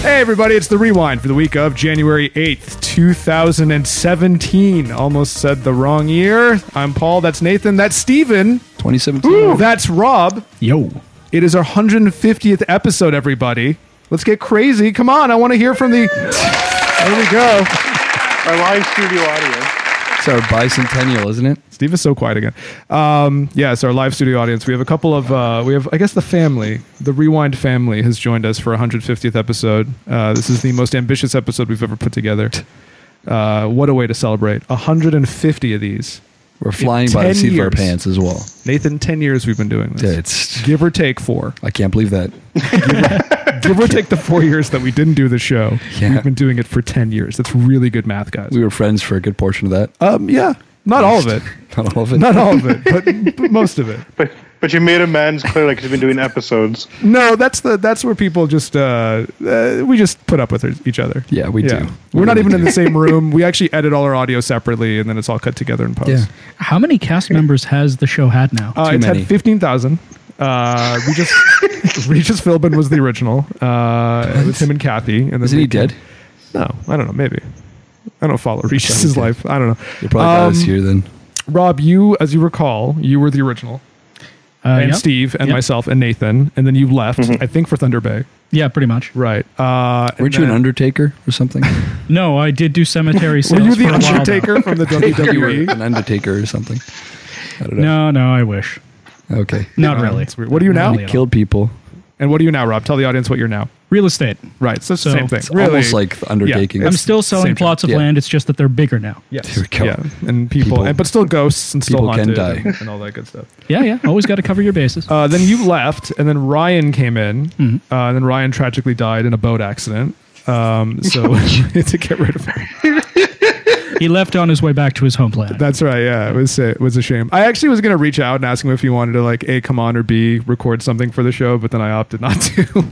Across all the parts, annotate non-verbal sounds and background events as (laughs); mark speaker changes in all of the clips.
Speaker 1: Hey, everybody, it's the rewind for the week of January 8th, 2017. Almost said the wrong year. I'm Paul, that's Nathan, that's Steven,
Speaker 2: 2017.
Speaker 1: that's Rob.
Speaker 2: Yo.
Speaker 1: It is our 150th episode, everybody. Let's get crazy. Come on, I want to hear from the. There we go.
Speaker 3: Our live studio audience.
Speaker 2: It's our bicentennial, isn't it?
Speaker 1: Steve is so quiet again. Um, yes, our live studio audience. We have a couple of, uh, we have, I guess, the family, the Rewind family has joined us for 150th episode. Uh, this is the most ambitious episode we've ever put together. Uh, what a way to celebrate. 150 of these.
Speaker 2: We're flying by the
Speaker 1: 10
Speaker 2: seat of our
Speaker 1: years.
Speaker 2: pants as well.
Speaker 1: Nathan, 10 years we've been doing this.
Speaker 2: It's,
Speaker 1: Give or take four.
Speaker 2: I can't believe that.
Speaker 1: Give or take the four years that we didn't do the show.
Speaker 2: Yeah.
Speaker 1: We've been doing it for 10 years. That's really good math, guys.
Speaker 2: We were friends for a good portion of that.
Speaker 1: um, yeah. Not all
Speaker 2: (laughs)
Speaker 1: of it.
Speaker 2: Not all of it.
Speaker 1: Uh, Not all of it, but, but most of it.
Speaker 3: But but you made amends clearly because you've been doing episodes.
Speaker 1: No, that's the that's where people just uh, uh we just put up with each other.
Speaker 2: Yeah, we do.
Speaker 1: We're
Speaker 2: We
Speaker 1: not
Speaker 2: really
Speaker 1: even in
Speaker 2: do.
Speaker 1: the
Speaker 2: (laughs)
Speaker 1: same room. We actually edit all our audio separately, and then it's all cut together in post.
Speaker 2: Yeah.
Speaker 4: How many cast members has the show had now?
Speaker 1: Uh,
Speaker 2: Too
Speaker 1: it's
Speaker 2: many.
Speaker 1: had fifteen thousand. Uh,
Speaker 2: (laughs)
Speaker 1: Regis Regis Philbin was the original. Uh, it was him and Kathy. And then
Speaker 2: Isn't he
Speaker 1: they came-
Speaker 2: dead?
Speaker 1: No, I don't know. Maybe I don't follow Regis's
Speaker 2: dead.
Speaker 1: life. I don't know.
Speaker 2: He probably died
Speaker 1: Um,
Speaker 2: this year then.
Speaker 1: Rob, you as you recall, you were the original,
Speaker 4: Uh,
Speaker 1: and
Speaker 4: yeah.
Speaker 1: Steve, and
Speaker 4: Yep. Mm-hmm.
Speaker 1: myself, and Nathan, and then you left. I think for Thunder Bay.
Speaker 4: Yeah, pretty much.
Speaker 1: Right. Uh, and
Speaker 2: Weren't you an
Speaker 1: then-
Speaker 2: undertaker
Speaker 1: (laughs)
Speaker 2: or something?
Speaker 4: No, I did do cemetery
Speaker 1: Were
Speaker 4: sales.
Speaker 1: you the
Speaker 4: for a while, though.
Speaker 1: Undertaker from the E?
Speaker 2: you were
Speaker 1: WWE?
Speaker 2: an undertaker or something. I don't know.
Speaker 4: No, no, I wish.
Speaker 2: Okay.
Speaker 4: Not
Speaker 1: Oh,
Speaker 4: really.
Speaker 1: that's weird. What are you
Speaker 4: Not
Speaker 1: now?
Speaker 4: really at all.
Speaker 2: Killed people.
Speaker 1: And what are you now, Rob? Tell the audience what you're now.
Speaker 4: Real estate.
Speaker 1: Right. So, it's the
Speaker 4: So
Speaker 1: same thing.
Speaker 4: it's
Speaker 1: Really.
Speaker 2: Almost like the undertaking.
Speaker 1: Yeah,
Speaker 4: I'm
Speaker 1: It's
Speaker 4: still
Speaker 1: same
Speaker 4: selling plots of
Speaker 2: Yeah.
Speaker 4: land. It's just that they're bigger now.
Speaker 1: yes.
Speaker 2: Here we go.
Speaker 1: Yeah. And people,
Speaker 2: People-
Speaker 1: and, but still ghosts and still
Speaker 2: people can
Speaker 1: haunted
Speaker 2: die.
Speaker 1: And, and all that good stuff.
Speaker 4: Yeah, yeah. Always got to cover your bases.
Speaker 1: Uh, then you left, and then Ryan came in,
Speaker 2: Mm-hmm.
Speaker 1: uh, and then Ryan tragically died in a boat accident. Um,
Speaker 2: (laughs)
Speaker 1: so (laughs) to get rid of him.
Speaker 4: he left on his way back to his home planet.
Speaker 1: That's right. Yeah, it was it was a shame. I actually was gonna reach out and ask him if he wanted to like a come on or b record something for the show, but then I opted not to. (laughs)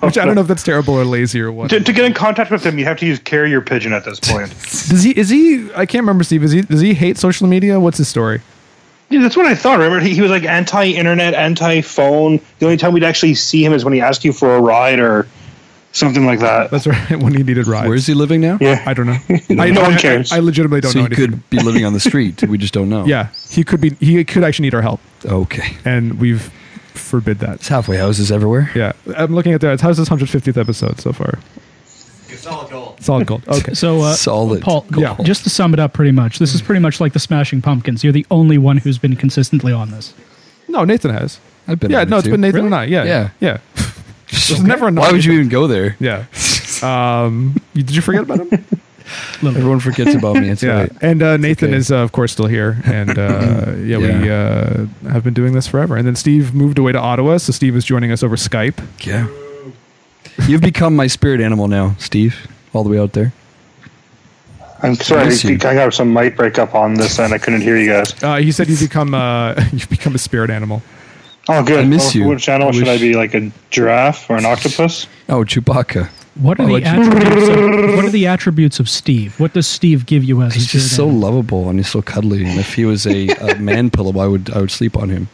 Speaker 1: Which I don't know if that's terrible or lazy or what.
Speaker 3: To, to get in contact with them, you have to use carrier pigeon at this point.
Speaker 1: Does he? Is he? I can't remember. Steve. Is he? Does he hate social media? What's his story?
Speaker 3: Yeah, that's what I thought. Remember, he, he was like anti-internet, anti-phone. The only time we'd actually see him is when he asked you for a ride or something like that.
Speaker 1: That's right. (laughs) When he needed rides.
Speaker 2: Where's he living now?
Speaker 3: yeah,
Speaker 1: I don't know. I
Speaker 3: No
Speaker 1: I-
Speaker 3: one
Speaker 1: I-
Speaker 3: cares.
Speaker 1: I, legitimately don't
Speaker 2: So
Speaker 1: know
Speaker 2: he
Speaker 1: anything.
Speaker 2: could be living
Speaker 1: (laughs)
Speaker 2: on the street. We just don't know.
Speaker 1: yeah, he could be. He could actually need our help,
Speaker 2: Okay.
Speaker 1: and we've forbid that.
Speaker 2: It's halfway houses everywhere.
Speaker 1: Yeah, I'm looking at that. How's this 150th episode so far? Solid gold.
Speaker 4: (laughs)
Speaker 1: Solid gold. Okay.
Speaker 4: So, uh,
Speaker 2: Solid
Speaker 4: Paul,
Speaker 1: goal.
Speaker 4: just to sum it up pretty much,
Speaker 1: Mm.
Speaker 4: this is pretty much like the Smashing Pumpkins. You're the only one who's been consistently on this.
Speaker 1: No, Nathan has.
Speaker 2: I've been
Speaker 1: Yeah,
Speaker 2: on it
Speaker 1: no, it's
Speaker 2: too.
Speaker 1: been
Speaker 2: (laughs)
Speaker 1: Nathan and I. Yeah,
Speaker 2: Yeah.
Speaker 1: yeah. There's never enough.
Speaker 2: Why would you even go there?
Speaker 1: Yeah. Um, you- did you forget about him?
Speaker 2: Everyone forgets about me.
Speaker 1: (laughs)
Speaker 2: It's
Speaker 1: Yeah,
Speaker 2: all right.
Speaker 1: and uh, Nathan
Speaker 2: okay.
Speaker 1: is uh, of course still here, and (laughs) uh, yeah, we uh, have been doing this forever. And then Steve moved away to Ottawa, so Steve is joining us over Skype.
Speaker 2: Yeah. You've become my spirit animal now, Steve, all the way out there.
Speaker 3: I'm sorry.
Speaker 2: miss
Speaker 3: I,
Speaker 2: you.
Speaker 3: got some mic break up on this end. I couldn't hear you guys.
Speaker 1: Uh, he (laughs) said you become uh, you've become a spirit animal.
Speaker 3: Oh, good.
Speaker 2: I miss
Speaker 3: Well,
Speaker 2: you.
Speaker 3: Which animal
Speaker 2: I
Speaker 3: should I
Speaker 2: wish-
Speaker 3: be? Like a giraffe or
Speaker 2: (laughs)
Speaker 3: an octopus?
Speaker 2: Oh, Chewbacca.
Speaker 4: What are,
Speaker 2: I'll
Speaker 4: the
Speaker 2: let you-
Speaker 4: attributes of, what are the attributes of Steve? What does Steve give you as
Speaker 2: He's
Speaker 4: a spirit
Speaker 2: just so
Speaker 4: animal?
Speaker 2: lovable and he's so cuddly. And if he was
Speaker 1: (laughs)
Speaker 2: a, a man pillow, I would I would sleep on him.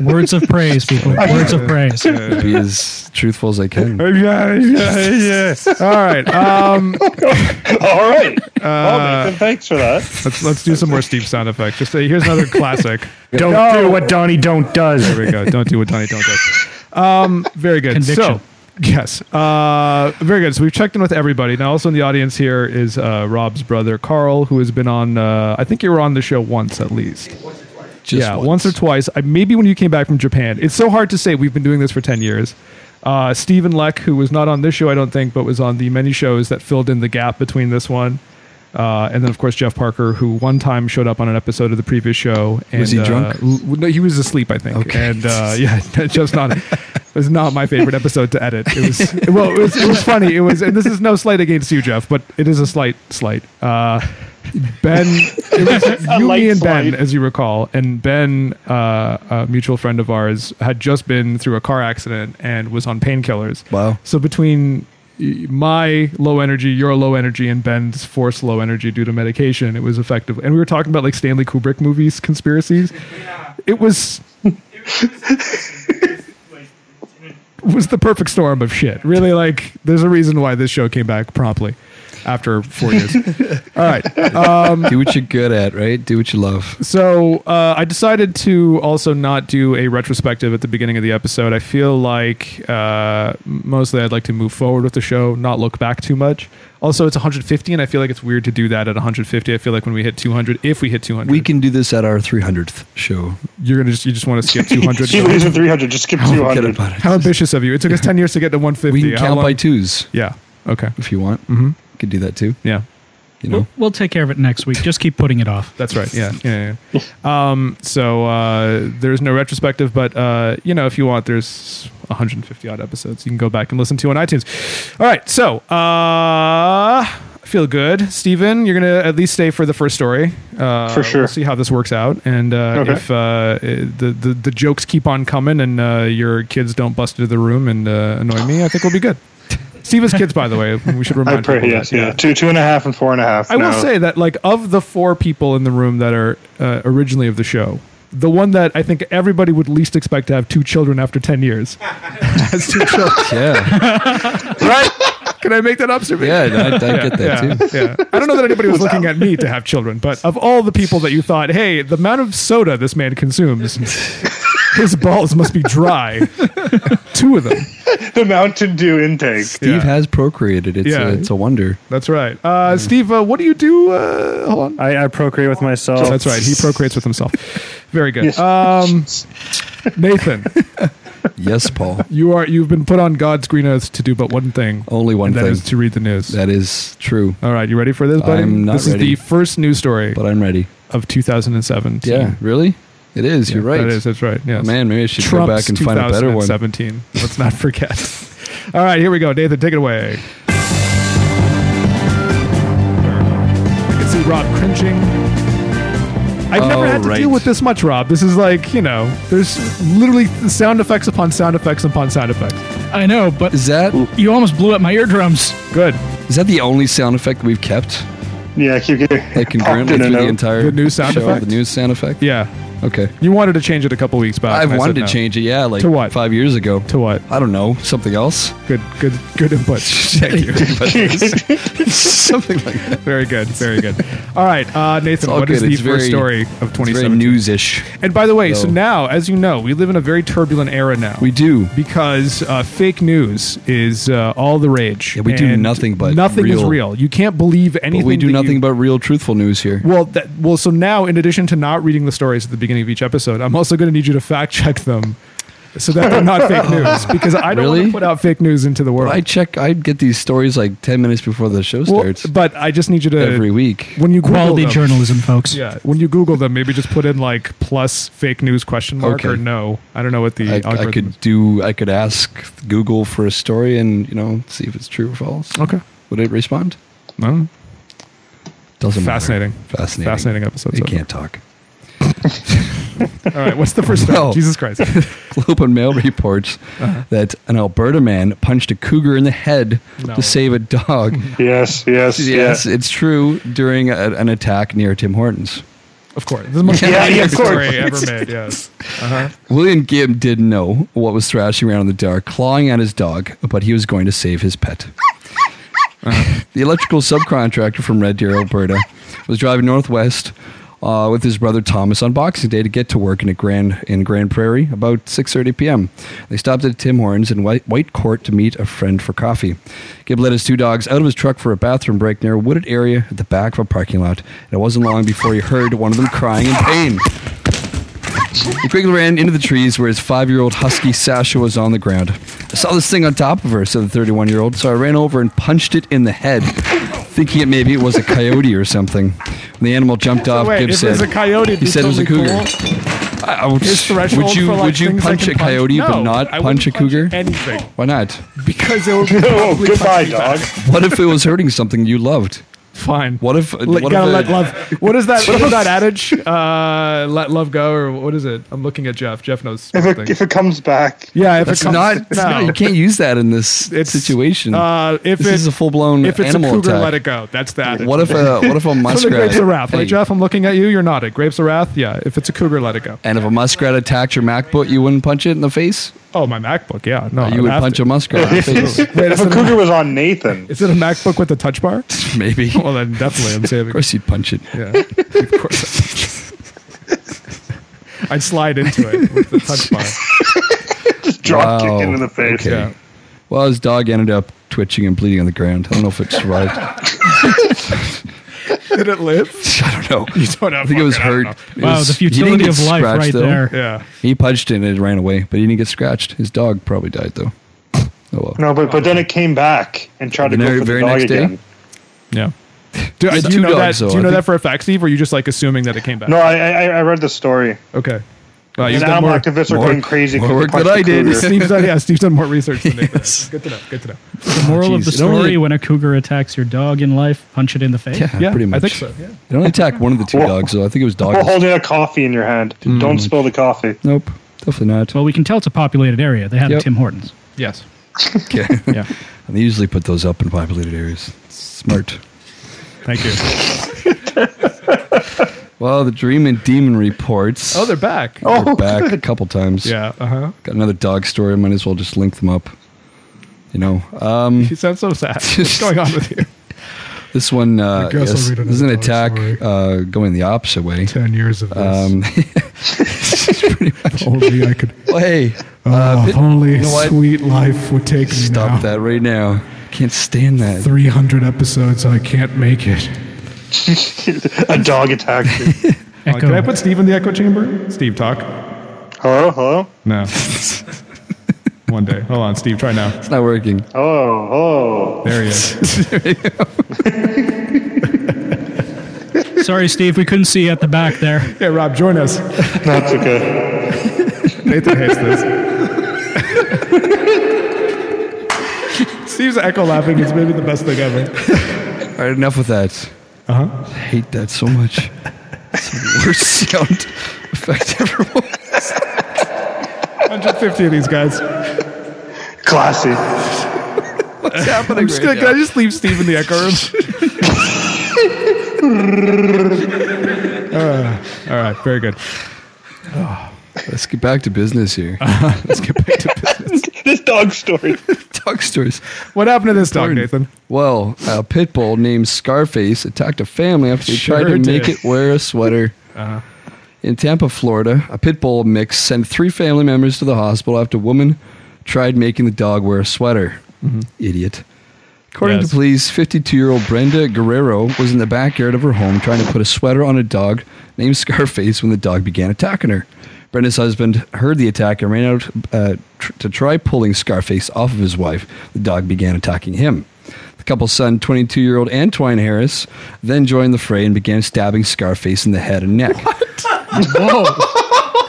Speaker 4: Words of praise,
Speaker 2: (laughs)
Speaker 4: people. Words of praise.
Speaker 2: Be as truthful as I can.
Speaker 1: yeah, yeah, yeah. (laughs) All right, um,
Speaker 3: All right.
Speaker 2: Uh,
Speaker 3: well, Nathan, Oh, thanks for that.
Speaker 1: let's let's do some more Steve sound effects. Just uh, here's another classic.
Speaker 5: (laughs) Don't do what Donnie don't does.
Speaker 1: There we go. Don't do what Donnie don't does. Um, very good.
Speaker 4: Conviction.
Speaker 1: So, yes. Uh, very good. So we've checked in with everybody. Now, also in the audience here is uh, Rob's brother Carl, who has been on. Uh, I think you were on the show once at least.
Speaker 2: Just
Speaker 1: yeah, once. or twice. I, maybe when you came back from Japan. It's so hard to say. We've been doing this for ten years. Uh, Stephen Leck, who was not on this show, I don't think, but was on the many shows that filled in the gap between this one. Uh, and then, of course, Jeff Parker, who one time showed up on an episode of the previous show. And,
Speaker 2: Was he
Speaker 1: uh,
Speaker 2: drunk?
Speaker 1: l- no, he was asleep, I think.
Speaker 2: Okay.
Speaker 1: And uh, (laughs) yeah, just not. It was not my favorite episode to edit. It was (laughs) well, it was, it was funny. It was, and this is no slight against you, Jeff, but it is a slight slight. Uh, ben, it
Speaker 3: (laughs)
Speaker 1: was you,
Speaker 3: light
Speaker 1: me, and Ben,
Speaker 3: slight.
Speaker 1: as you recall, and Ben, uh, a mutual friend of ours, had just been through a car accident and was on painkillers.
Speaker 2: Wow.
Speaker 1: So between y- my low energy, your low energy, and Ben's forced low energy due to medication, it was effective. And we were talking about like Stanley Kubrick movies, conspiracies. It was (laughs) was the perfect storm of shit. Really, like there's a reason why this show came back promptly after four years. All right, um,
Speaker 2: Do what you're good at, right? Do what you love.
Speaker 1: so uh, I decided to also not do a retrospective at the beginning of the episode. I feel like uh, mostly I'd like to move forward with the show, not look back too much. Also, it's 150, and I feel like it's weird to do that at 150. I feel like when we hit 200, if we hit 200,
Speaker 2: We can do this at our 300th show.
Speaker 1: you're gonna just you just want to
Speaker 2: (laughs)
Speaker 1: skip 200.
Speaker 3: She leaves at 300, just skip
Speaker 2: Forget
Speaker 3: 200.
Speaker 2: about it.
Speaker 1: How ambitious of you! It took us 10 years to get to 150.
Speaker 2: We can
Speaker 1: How
Speaker 2: count
Speaker 1: long-
Speaker 2: by twos
Speaker 1: Yeah. Okay.
Speaker 2: if you want. Mm-hmm. Could do that too.
Speaker 1: Yeah.
Speaker 2: You know,
Speaker 4: We'll, we'll take care of it next week. Just keep putting it off.
Speaker 1: That's right. Yeah. Yeah. yeah, yeah. um, so uh, there's no retrospective, but uh, you know, if you want, there's 150 odd episodes you can go back and listen to on iTunes. All right. So uh, I feel good, Steven. You're gonna at least stay for the first story. Uh,
Speaker 3: For sure.
Speaker 1: We'll see how this works out, and uh,
Speaker 3: Okay.
Speaker 1: if uh, the, the the jokes keep on coming, and uh, your kids don't bust into the room and uh, annoy me, I think we'll be good. (laughs) Steven's kids, by the way. We should remind.
Speaker 3: I pray,
Speaker 1: people
Speaker 3: yes,
Speaker 1: that,
Speaker 3: yeah. Two, two and a half, and four and a half.
Speaker 1: I will
Speaker 3: now.
Speaker 1: say that, like, of the four people in the room that are uh, originally of the show, the one that I think everybody would least expect to have two children after 10 years (laughs) has two
Speaker 2: (laughs)
Speaker 1: children.
Speaker 2: yeah,
Speaker 1: right? Can I make that observation?
Speaker 2: yeah, I, I get that too.
Speaker 1: (laughs) Yeah. I don't know that
Speaker 2: (laughs)
Speaker 1: anybody was looking at me to have children, but of all the people that you thought, hey, the amount of soda this man
Speaker 2: (laughs)
Speaker 1: consumes, his balls must be dry. two of them.
Speaker 3: (laughs) The Mountain Dew intake.
Speaker 2: Steve
Speaker 1: Yeah.
Speaker 2: has procreated. It's
Speaker 1: Yeah.
Speaker 2: a, it's a wonder.
Speaker 1: That's right. Uh, Steve, uh, what do you do? Uh, hold on.
Speaker 5: I, I procreate with myself.
Speaker 1: That's right. He procreates
Speaker 5: (laughs)
Speaker 1: with himself. Very good.
Speaker 3: Yes.
Speaker 1: Um, Nathan,
Speaker 2: Yes, Paul.
Speaker 1: you are you've been put on God's green earth to do but one thing.
Speaker 2: Only one
Speaker 1: and that
Speaker 2: thing.
Speaker 1: is to read the news.
Speaker 2: That is true.
Speaker 1: All right, you ready for this, buddy?
Speaker 2: I'm not
Speaker 1: this is
Speaker 2: ready.
Speaker 1: the first news story
Speaker 2: But I'm ready.
Speaker 1: of 2017.
Speaker 2: Yeah, really? It is. you're right.
Speaker 1: That is, that's right. Yes.
Speaker 2: Man, maybe I should
Speaker 1: Trump's
Speaker 2: go back and find a better one.
Speaker 1: 2017. Let's not (laughs) forget. All right, here we go. Nathan, take it away. You can see Rob cringing. I've never
Speaker 2: Oh,
Speaker 1: had to
Speaker 2: right.
Speaker 1: deal with this much, Rob. This is like, you know, there's literally sound effects upon sound effects upon sound effects.
Speaker 4: I know, but
Speaker 2: Is that
Speaker 4: you almost blew up my eardrums.
Speaker 1: Good.
Speaker 2: is that the only sound effect we've kept?
Speaker 3: Yeah, keep getting
Speaker 2: Like
Speaker 3: popped
Speaker 2: congruently
Speaker 3: in
Speaker 2: through
Speaker 3: and
Speaker 2: the
Speaker 3: out.
Speaker 2: entire
Speaker 1: The new sound
Speaker 2: show,
Speaker 1: effect?
Speaker 2: The new sound effect.
Speaker 1: Yeah.
Speaker 2: Okay.
Speaker 1: You wanted to change it a couple weeks back. and
Speaker 2: I wanted
Speaker 1: said
Speaker 2: to
Speaker 1: no.
Speaker 2: change it. Yeah, like
Speaker 1: To what?
Speaker 2: five years ago.
Speaker 1: To what?
Speaker 2: I don't know something else.
Speaker 1: Good, good, good
Speaker 2: (laughs)
Speaker 1: input.
Speaker 2: Thank you. But
Speaker 1: (laughs)
Speaker 2: something like that.
Speaker 1: Very good. Very good. All right, uh, Nathan,
Speaker 2: all
Speaker 1: what is
Speaker 2: good.
Speaker 1: the
Speaker 2: It's
Speaker 1: first
Speaker 2: very-
Speaker 1: story of
Speaker 2: It's
Speaker 1: 2017?
Speaker 2: very newsish.
Speaker 1: And by the way, so
Speaker 2: So-
Speaker 1: now, as you know, we live in a very turbulent era now.
Speaker 2: We do.
Speaker 1: Because uh, fake news is uh, all the rage.
Speaker 2: Yeah, we do
Speaker 1: And
Speaker 2: nothing but
Speaker 1: nothing is
Speaker 2: real.
Speaker 1: real. You can't believe anything.
Speaker 2: But we do
Speaker 1: that
Speaker 2: nothing
Speaker 1: you-
Speaker 2: but real truthful news here.
Speaker 1: Well, that, well. So now, in addition to not reading the stories at the beginning of each episode, I'm also going to need you to fact check them, so that they're not
Speaker 2: (laughs)
Speaker 1: fake news. Because I don't want
Speaker 2: Really?
Speaker 1: to put out fake news into the world.
Speaker 2: I check. I get these stories like ten minutes before the show
Speaker 1: Well,
Speaker 2: starts
Speaker 1: but I just need you to
Speaker 2: every week.
Speaker 1: when you Google
Speaker 4: Quality
Speaker 1: them-
Speaker 4: journalism, folks.
Speaker 1: Yeah, when you Google them, maybe just put in like plus fake news question mark
Speaker 2: Okay.
Speaker 1: or no. I don't know what the
Speaker 2: I,
Speaker 1: algorithm
Speaker 2: I
Speaker 1: is.
Speaker 2: could do. I could ask Google for a story and you know see if it's true or false.
Speaker 1: Okay.
Speaker 2: Would it respond?
Speaker 1: No.
Speaker 2: Doesn't matter.
Speaker 1: Fascinating.
Speaker 2: Fascinating.
Speaker 1: Fascinating episode
Speaker 2: They
Speaker 1: so far.
Speaker 2: can't talk.
Speaker 1: All right, what's the
Speaker 2: (laughs)
Speaker 1: first
Speaker 2: Well-
Speaker 1: one? Jesus Christ.
Speaker 2: Globe
Speaker 1: (laughs)
Speaker 2: and Mail reports
Speaker 1: Uh-huh.
Speaker 2: that an Alberta man punched a cougar in the head
Speaker 1: No.
Speaker 2: to save
Speaker 1: (laughs)
Speaker 2: a dog.
Speaker 3: Yes, yes,
Speaker 2: yes,
Speaker 3: yes.
Speaker 2: it's true during a, an attack near Tim Hortons.
Speaker 1: Of course. This is the most
Speaker 3: Yeah, yeah, of
Speaker 1: ridiculous
Speaker 3: course.
Speaker 1: story ever made, yes.
Speaker 2: William Gibb didn't know what was thrashing around in the dark, clawing at his dog, but he was going to save his pet. Uh, the electrical subcontractor from Red Deer, Alberta, was driving northwest uh, with his brother Thomas on Boxing Day to get to work in a Grand in Grand Prairie about 6:30 p.m. They stopped at Tim Hortons in White, White Court to meet a friend for coffee. Gibb led his two dogs out of his truck for a bathroom break near a wooded area at the back of a parking lot, and it wasn't long before he heard one of them crying in pain. He quickly ran into the trees where his five year old husky Sasha was on the ground. I saw this thing on top of her, said the 31 year old, so I ran over and punched it in the head, thinking it maybe it was a coyote or something. When the animal jumped off,
Speaker 1: wait,
Speaker 2: Gibb
Speaker 1: if it
Speaker 2: said,
Speaker 1: was a coyote, it'd
Speaker 2: he
Speaker 1: be
Speaker 2: said it was a
Speaker 1: totally
Speaker 2: cougar. I- I would,
Speaker 1: His threshold
Speaker 2: would you,
Speaker 1: for like
Speaker 2: would you
Speaker 1: things I
Speaker 2: punch
Speaker 1: can
Speaker 2: a coyote
Speaker 1: punch.
Speaker 2: but
Speaker 1: No,
Speaker 2: not
Speaker 1: I
Speaker 2: punch a
Speaker 1: wouldn't
Speaker 2: cougar?
Speaker 3: (laughs)
Speaker 1: Anything.
Speaker 2: Why not?
Speaker 1: Because it would be
Speaker 3: Oh,
Speaker 1: probably
Speaker 3: goodbye,
Speaker 1: punch me
Speaker 3: dog.
Speaker 1: back.
Speaker 2: What if it was hurting something you loved?
Speaker 1: Fine.
Speaker 2: What if,
Speaker 1: Let,
Speaker 2: what
Speaker 1: gotta
Speaker 2: if
Speaker 1: let
Speaker 2: a-
Speaker 1: love. What is that? What is
Speaker 2: (laughs)
Speaker 1: that adage? Uh, let love go, or what is it? I'm looking at Jeff. Jeff knows.
Speaker 3: If
Speaker 1: something.
Speaker 3: it, if it comes back,
Speaker 1: yeah, if
Speaker 2: That's
Speaker 1: it comes,
Speaker 2: not, it's
Speaker 1: no.
Speaker 2: not- you can't use that in this
Speaker 1: It's-
Speaker 2: situation.
Speaker 1: Uh, if
Speaker 2: this
Speaker 1: it,
Speaker 2: is a full blown
Speaker 1: if it's a
Speaker 2: animal
Speaker 1: cougar,
Speaker 2: attack.
Speaker 1: let it go. That's that.
Speaker 2: What if
Speaker 1: (laughs)
Speaker 2: a what if
Speaker 1: So
Speaker 2: a
Speaker 1: the
Speaker 2: muskrat?
Speaker 1: grapes of wrath,
Speaker 2: Hey,
Speaker 1: right, Jeff? I'm looking at you. You're
Speaker 2: Uh,
Speaker 1: nodding. Grapes of wrath. Yeah. If it's a cougar, let it go.
Speaker 2: And if a muskrat attacked your MacBook, you wouldn't punch it in the face.
Speaker 1: Oh, my MacBook. Yeah, no,
Speaker 2: uh, You would
Speaker 1: (laughs)
Speaker 2: punch a muskrat
Speaker 4: (laughs)
Speaker 2: in the face. (laughs)
Speaker 3: if a cougar was on Nathan,
Speaker 1: Is it a MacBook with a touch bar? (laughs)
Speaker 2: Maybe. Of
Speaker 1: Well, then definitely I'm saving.
Speaker 2: course, you'd punch it.
Speaker 1: Yeah, of course.
Speaker 2: (laughs)
Speaker 1: (laughs) I'd slide into it with the touch bar.
Speaker 3: just
Speaker 2: Wow.
Speaker 3: drop kick it in the face.
Speaker 2: Okay.
Speaker 1: Yeah.
Speaker 2: Well, his dog ended up twitching and bleeding on the ground. I don't know if it survived. (laughs) I
Speaker 1: Did it live? (laughs)
Speaker 2: don't know.
Speaker 1: don't know.
Speaker 2: I think it was
Speaker 1: Fuck, I don't
Speaker 2: hurt.
Speaker 1: know.
Speaker 2: It
Speaker 4: Wow,
Speaker 2: was-
Speaker 4: the
Speaker 2: he didn't
Speaker 4: futility
Speaker 2: get
Speaker 4: of life
Speaker 2: scratched,
Speaker 4: right
Speaker 2: though.
Speaker 4: there.
Speaker 1: Yeah.
Speaker 2: He punched it and it ran away, but he didn't get scratched. His dog probably died though. Oh well.
Speaker 3: No, but but then it came back and tried to
Speaker 2: The
Speaker 3: go
Speaker 2: very-
Speaker 3: for the
Speaker 2: very
Speaker 3: dog
Speaker 2: next day?
Speaker 3: again.
Speaker 1: Yeah. Do, I-
Speaker 2: It's
Speaker 1: do you
Speaker 2: two
Speaker 1: know
Speaker 2: dogs,
Speaker 1: that?
Speaker 2: though,
Speaker 1: Do you
Speaker 2: I
Speaker 1: know that
Speaker 2: think.
Speaker 1: for a fact, Steve? Or are you just like assuming that it came back?
Speaker 3: No, I I, I read the story.
Speaker 1: Okay. Wow,
Speaker 3: And
Speaker 1: you've done
Speaker 3: animal
Speaker 1: more.
Speaker 3: activists are
Speaker 2: Oh, more-
Speaker 3: going crazy.
Speaker 2: more
Speaker 3: 'cause they
Speaker 2: work
Speaker 3: punched
Speaker 2: than
Speaker 3: the
Speaker 2: I did.
Speaker 3: cougar.
Speaker 1: (laughs)
Speaker 2: (laughs)
Speaker 1: Steve's done, yeah, Steve's done more research than Nathan. has. Good to know. Good to know.
Speaker 4: The moral of
Speaker 2: Oh, jeez.
Speaker 4: the
Speaker 2: It only-
Speaker 4: story: when a cougar attacks your dog in life, punch it in the face.
Speaker 2: Yeah,
Speaker 1: Yeah,
Speaker 2: pretty much.
Speaker 1: I think so. Yeah.
Speaker 2: It only attacked one of the two
Speaker 3: Whoa.
Speaker 2: dogs, so I think it was dog.
Speaker 3: Or holding a coffee in your hand.
Speaker 2: Hmm.
Speaker 3: Don't spill the coffee. (laughs)
Speaker 2: Nope, definitely not.
Speaker 4: Well, we can tell it's a populated area. They have
Speaker 2: Yep.
Speaker 4: a Tim Hortons.
Speaker 1: Yes.
Speaker 2: Okay.
Speaker 1: Yeah.
Speaker 2: (laughs) and they usually put those up in populated areas. Smart.
Speaker 1: Thank you.
Speaker 2: Well, the Dream and Demon reports.
Speaker 1: Oh, they're back.
Speaker 2: oh, are back a couple times.
Speaker 1: Yeah. Uh huh.
Speaker 2: Got another dog story. Might as well just link them up. You know, um,
Speaker 1: You sound so
Speaker 2: (laughs)
Speaker 1: sad. What's going on with you?
Speaker 2: this one uh,
Speaker 1: guess I'll
Speaker 2: yes,
Speaker 1: read
Speaker 2: this is an
Speaker 1: another dog story.
Speaker 2: attack uh, going the opposite way.
Speaker 1: Ten years of this.
Speaker 2: Um, (laughs)
Speaker 1: only I could.
Speaker 2: well, hey,
Speaker 1: Oh,
Speaker 2: bit-
Speaker 1: if only
Speaker 2: Uh, you know what?
Speaker 1: sweet life would take me
Speaker 2: stop
Speaker 1: now.
Speaker 2: that right now. Can't stand that.
Speaker 1: 300 episodes, I can't make it.
Speaker 3: A dog attacked
Speaker 2: (laughs)
Speaker 3: you.
Speaker 4: Echo.
Speaker 1: can I put Steve in the echo chamber? Steve, talk.
Speaker 3: Hello, hello,
Speaker 2: (laughs)
Speaker 1: No. One day. Hold on, Steve, try now.
Speaker 2: It's not working.
Speaker 3: hello,
Speaker 2: (laughs)
Speaker 3: hello.
Speaker 1: There he is.
Speaker 4: Sorry, Steve, we couldn't see you at the back
Speaker 2: (laughs)
Speaker 4: there.
Speaker 1: Yeah, Rob, join us.
Speaker 3: That's okay.
Speaker 1: Nathan hates this. Steve's echo laughing is maybe the best thing ever.
Speaker 2: All right, enough with that.
Speaker 1: Uh huh.
Speaker 2: I hate that so much. It's the (laughs) worst sound effect ever.
Speaker 1: 150 of these guys.
Speaker 3: Classy.
Speaker 2: What's happening
Speaker 1: I'm just gonna,
Speaker 2: right
Speaker 1: can I
Speaker 2: now?
Speaker 1: just leave Steve in the echo room? (laughs) Uh, all right, very good.
Speaker 2: Let's get back to business here.
Speaker 1: Let's get back to
Speaker 3: this dog story.
Speaker 2: dog stories.
Speaker 1: What happened to this dog, Nathan?
Speaker 2: Well, a pit bull named Scarface attacked a family after they
Speaker 1: Sure
Speaker 2: tried to
Speaker 1: did. Uh-huh.
Speaker 2: make it wear a sweater. In Tampa, Florida, a pit bull mix sent three family members to the hospital after a woman tried making the dog wear a sweater. Idiot. According
Speaker 1: Yes.
Speaker 2: to police, 52 year old Brenda Guerrero was in the backyard of her home trying to put a sweater on a dog named (laughs) Scarface when the dog began attacking her. Brenda's husband heard the attack and ran out uh, tr- to try pulling Scarface off of his wife. The dog began attacking him. The couple's son, 22 year old Antoine Harris, then joined the fray and began stabbing Scarface in the head and neck. (laughs)
Speaker 4: Whoa,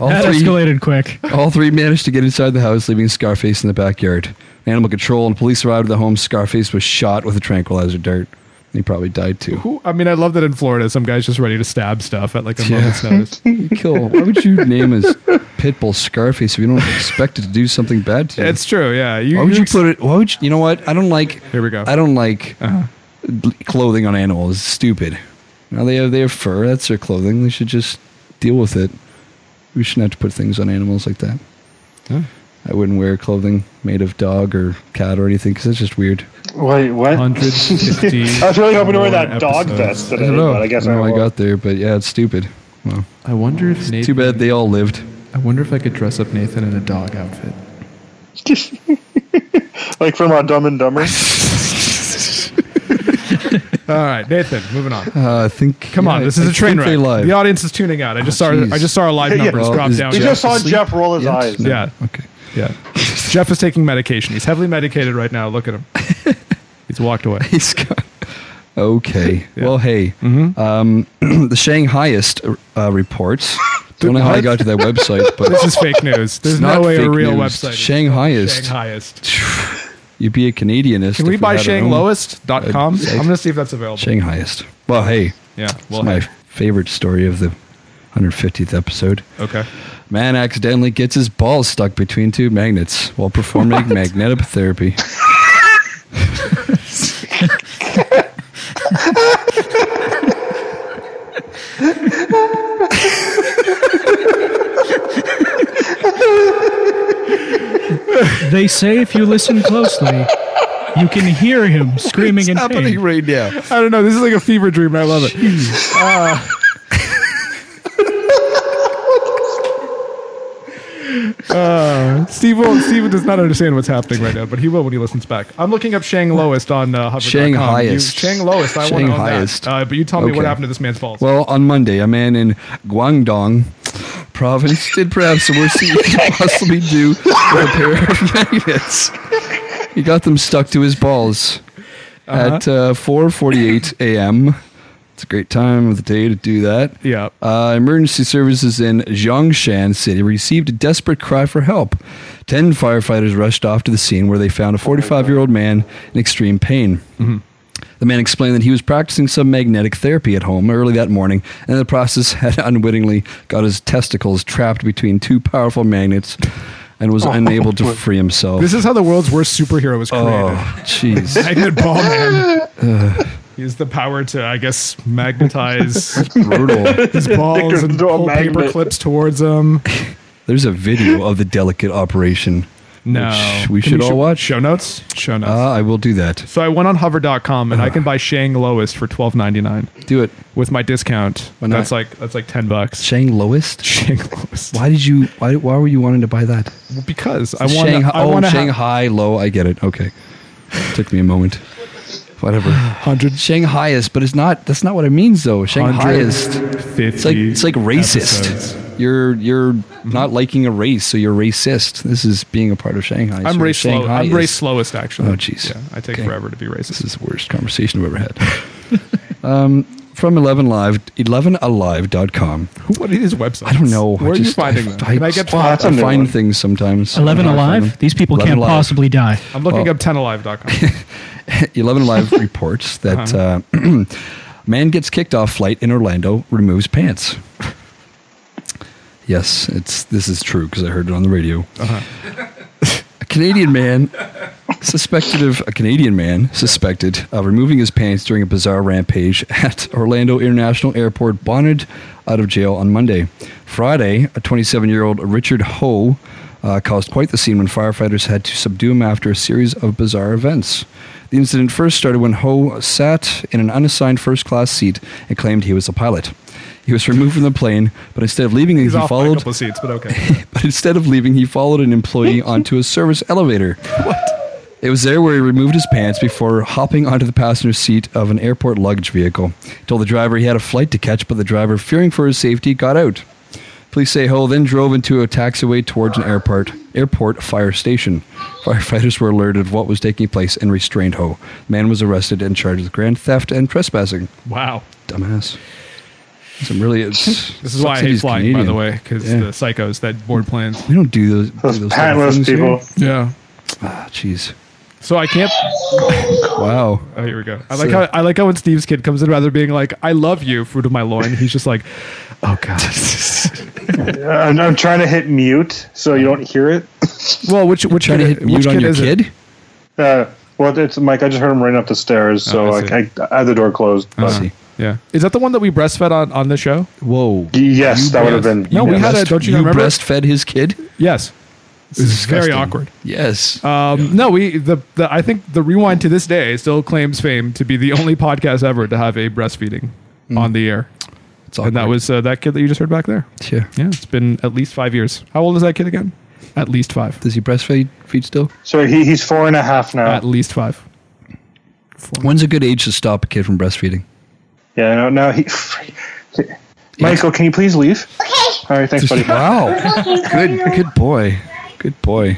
Speaker 2: All
Speaker 4: that
Speaker 2: three-
Speaker 4: escalated quick.
Speaker 2: all three managed to get inside the house, leaving Scarface in the backyard. Animal control and police arrived at the home. Scarface was shot with a tranquilizer dart. He probably died too.
Speaker 1: Who? I mean, I love that in Florida, some guy's just ready to stab stuff at like a
Speaker 2: Yeah.
Speaker 1: moment's notice.
Speaker 2: You kill. Why would you name his pit bull Scarface if you don't expect it to do something bad to you?
Speaker 1: It's true, yeah.
Speaker 2: why would you put it? Why would you? You know what? I don't like.
Speaker 1: Here we go.
Speaker 2: I don't like bl- clothing on animals. It's stupid. Now they have they have fur. That's their clothing. They should just deal with it. We shouldn't have to put things on animals like that.
Speaker 1: Huh?
Speaker 2: I wouldn't wear clothing made of dog or cat or anything because that's just weird.
Speaker 3: Wait, what?
Speaker 1: 150.
Speaker 3: (laughs) I was really hoping to
Speaker 1: more
Speaker 3: wear that dog
Speaker 1: episodes.
Speaker 3: vest
Speaker 2: I
Speaker 3: today,
Speaker 2: don't know. Oh
Speaker 3: but I guess
Speaker 2: I, don't know
Speaker 3: I,
Speaker 2: how I
Speaker 3: won't.
Speaker 2: got there, but yeah, it's stupid. Well,
Speaker 6: I wonder if Nathan,
Speaker 2: too bad they all lived.
Speaker 6: I wonder if I could dress up Nathan in a dog outfit.
Speaker 3: (laughs) like from uh, Dumb and Dumber.
Speaker 1: All right, Nathan, moving on.
Speaker 2: Uh, I think.
Speaker 1: Come on,
Speaker 2: yeah,
Speaker 1: this is
Speaker 2: I
Speaker 1: a train
Speaker 2: think they
Speaker 1: wreck.
Speaker 2: lied.
Speaker 1: The audience is tuning out. I just saw.
Speaker 2: jeez.
Speaker 1: I just saw our live
Speaker 3: Yeah.
Speaker 1: numbers
Speaker 2: Well,
Speaker 1: drop
Speaker 2: is
Speaker 1: down.
Speaker 3: We
Speaker 2: Jeff
Speaker 3: just saw
Speaker 2: asleep?
Speaker 3: Jeff roll his
Speaker 2: Yes?
Speaker 3: eyes.
Speaker 2: No.
Speaker 1: Yeah.
Speaker 2: Okay.
Speaker 1: Yeah. Jeff is taking medication. He's heavily medicated right now. Look at him. He's walked away.
Speaker 2: (laughs) He's got. Okay. Well, hey.
Speaker 1: Mm-hmm.
Speaker 2: Um, (clears throat) the Shanghaiist uh,
Speaker 1: (laughs)
Speaker 2: reports. Don't know how I got to that website, but
Speaker 1: This is fake
Speaker 2: (laughs)
Speaker 1: news. There's
Speaker 2: It's
Speaker 1: no
Speaker 2: not
Speaker 1: way a
Speaker 2: fake
Speaker 1: real
Speaker 2: news.
Speaker 1: website. is
Speaker 2: Shanghaiist.
Speaker 1: Shanghaiist.
Speaker 2: (sighs) you'd be a Canadianist.
Speaker 1: Can we
Speaker 2: if
Speaker 1: buy
Speaker 2: had our own-
Speaker 1: shanglowest.com?
Speaker 2: I'd-
Speaker 1: I'm going to see if that's available.
Speaker 2: Shanghaiist. Well, hey.
Speaker 1: yeah. Well,
Speaker 2: it's my
Speaker 1: hey.
Speaker 2: favorite story of the 150th episode.
Speaker 1: okay.
Speaker 2: Man accidentally gets his balls stuck between two magnets while performing magnetotherapy.
Speaker 4: They say if you listen closely, you can hear
Speaker 2: (laughs)
Speaker 4: him screaming in
Speaker 2: happening
Speaker 4: pain.
Speaker 2: right now.
Speaker 1: I don't know. This is like a fever dream. and I love it. Uh, uh, Steve will, Steve does not understand what's happening right now, but he will when he listens back. I'm looking up Shang Lowest on uh, hover.com. You,
Speaker 2: Shanghaiest.
Speaker 1: Shang Lowest. I want to own
Speaker 2: Shanghaiest.
Speaker 1: that. Uh, but you tell me what
Speaker 2: Okay.
Speaker 1: happened to this man's falls.
Speaker 2: Well, on Monday, a man in Guangdong province did perhaps the worst thing you could possibly do with a pair of magnets. He got them stuck to his balls at uh, 4:48 a.m. It's a great time of the day to do that.
Speaker 1: yeah.
Speaker 2: Uh, emergency services in Zhongshan City received a desperate cry for help. Ten firefighters rushed off to the scene where they found a 45 year old man in extreme pain.
Speaker 1: Mm-hmm.
Speaker 2: The man explained that he was practicing some magnetic therapy at home early that morning, and in the process (laughs) had unwittingly got his testicles trapped between two powerful magnets and was unable to free himself.
Speaker 1: Oh, This is how the world's worst superhero was created. (laughs)
Speaker 2: oh, jeez.
Speaker 1: Magnet Ball Man. (sighs) He has the power to, I guess,
Speaker 2: (laughs)
Speaker 1: magnetize
Speaker 2: Brutal.
Speaker 1: his balls and
Speaker 3: Throw a
Speaker 1: pull
Speaker 3: magnet.
Speaker 1: paper clips towards him.
Speaker 2: There's a video of the delicate operation.
Speaker 1: No.
Speaker 2: Which we should all watch.
Speaker 1: Show notes? Show notes.
Speaker 2: Uh, I will do that.
Speaker 1: so I went on hover.com and I can buy Shang Lowest for twelve ninety nine
Speaker 2: Do it.
Speaker 1: with my discount.
Speaker 2: Why not?
Speaker 1: That's like that's like ten bucks.
Speaker 2: Shang Lowest?
Speaker 1: Shang Lowest.
Speaker 2: Why did you? Why, why were you wanting to buy that?
Speaker 1: Because I want
Speaker 2: Shanghai,
Speaker 1: to I
Speaker 2: oh,
Speaker 1: want to
Speaker 2: Shanghai low. I get it. Okay, took me a moment.
Speaker 1: (sighs)
Speaker 2: Whatever.
Speaker 1: hundred
Speaker 2: Shanghaiist, but it's not. That's not what it means, though. Shanghaiist.
Speaker 1: fifty.
Speaker 2: It's like it's like racist. You're you're
Speaker 1: Mm-hmm.
Speaker 2: not liking a race, so you're racist. This is being a part of Shanghai. so
Speaker 1: I'm
Speaker 2: you're
Speaker 1: race slow. I'm
Speaker 2: Shanghaiist.
Speaker 1: race slowest actually.
Speaker 2: Oh, jeez.
Speaker 1: Yeah, I take
Speaker 2: Okay.
Speaker 1: forever to be racist.
Speaker 2: This is the worst conversation I've ever had. um, (laughs) from Eleven Live, ElevenAlive.com.
Speaker 1: Who- What are his websites?
Speaker 2: I don't know.
Speaker 1: Where
Speaker 2: I
Speaker 1: are you
Speaker 2: just-
Speaker 1: finding them? Can I get?
Speaker 2: (laughs)
Speaker 3: Wow, that's
Speaker 2: I
Speaker 3: a new
Speaker 2: find
Speaker 3: one.
Speaker 2: things sometimes.
Speaker 4: 11
Speaker 2: I find them.
Speaker 4: alive? These people
Speaker 2: 11
Speaker 4: can't
Speaker 2: alive. (laughs)
Speaker 4: possibly die.
Speaker 1: I'm looking
Speaker 2: Well-
Speaker 1: up
Speaker 2: (laughs)
Speaker 1: 10alive.com.
Speaker 2: 11
Speaker 4: (laughs)
Speaker 2: Live reports that
Speaker 1: Uh-huh.
Speaker 2: uh (clears throat) man gets kicked off flight in Orlando, removes pants. (laughs) Yes, it's this is true because I heard it on the radio. a Canadian man suspected of a Canadian man suspected of removing his pants during a bizarre rampage at Orlando International Airport bonded out of jail on Monday. Friday, a 27-year-old Richard Ho uh, caused quite the scene when firefighters had to subdue him after a series of bizarre events. The incident first started when Ho sat in an unassigned first-class seat and claimed he was a pilot. He was removed from the plane, but instead of leaving,
Speaker 1: He's
Speaker 2: he
Speaker 1: off by a
Speaker 2: followed
Speaker 1: couple of seats, but
Speaker 2: (laughs)
Speaker 1: okay.
Speaker 2: but instead of leaving, he followed
Speaker 1: (laughs)
Speaker 2: an employee onto a service elevator. What? It was there where he removed his pants before hopping onto the passenger seat of an airport luggage vehicle. He told the driver he had a flight to catch, but the driver, fearing for his safety, got out. Police say Ho then drove into a taxiway towards an airport airport fire station. Firefighters were alerted of what was taking place and restrained Ho. The man was arrested and charged with grand theft and trespassing.
Speaker 1: Wow.
Speaker 2: Dumbass. Some really. It's,
Speaker 1: (laughs) This is why I
Speaker 2: sucks that
Speaker 1: hate
Speaker 2: he's
Speaker 1: flying, by
Speaker 2: Canadian.
Speaker 1: the way, because
Speaker 2: Yeah.
Speaker 1: the psychos that board planes.
Speaker 2: We don't do those. do
Speaker 3: Those
Speaker 2: those type of
Speaker 3: pantless
Speaker 2: things here.
Speaker 3: people.
Speaker 1: Yeah.
Speaker 2: Ah, jeez.
Speaker 1: So I can't.
Speaker 2: Wow.
Speaker 1: Oh, here we go. I like how I like how when Steve's kid comes in, rather being like, "I love you, fruit of my loin," he's just
Speaker 2: (laughs)
Speaker 1: like, "Oh God."
Speaker 3: Uh, I'm, I'm trying to hit mute so you don't hear it. (laughs)
Speaker 1: well, which which
Speaker 2: Trying
Speaker 1: kid,
Speaker 2: to hit
Speaker 1: which
Speaker 2: mute on your
Speaker 1: is it?
Speaker 2: kid?
Speaker 3: Uh, well, it's Mike. I just heard him running up the stairs, so
Speaker 1: Oh, I
Speaker 3: I, I, I had the door closed.
Speaker 1: Uh,
Speaker 3: But
Speaker 2: see.
Speaker 1: Yeah. Is that the one that we breastfed on on the show?
Speaker 2: Whoa.
Speaker 3: y- yes, that would have
Speaker 1: yes.
Speaker 3: been.
Speaker 1: No, we
Speaker 3: yes.
Speaker 1: had a- don't you remember?
Speaker 2: breastfed his kid?
Speaker 1: Yes. This is very
Speaker 2: disgusting.
Speaker 1: awkward.
Speaker 2: Yes.
Speaker 1: Um, No, we the, the I think the rewind to this day still claims fame to be the only podcast ever to have a breastfeeding on the air,
Speaker 2: It's
Speaker 1: and that
Speaker 2: awkward.
Speaker 1: was uh, that kid that you just heard back there.
Speaker 2: Yeah.
Speaker 1: Yeah, it's been at least five years. How old is that kid again? At least five.
Speaker 2: Does he breastfeed feed still?
Speaker 3: So he, he's four and a half now.
Speaker 1: At least (laughs) five.
Speaker 2: When's a good age to stop a kid from breastfeeding?
Speaker 3: yeah, no, no. He, (laughs) Michael, can you please leave? Okay. All right, thanks, buddy.
Speaker 2: Wow. good. Good boy. Good boy.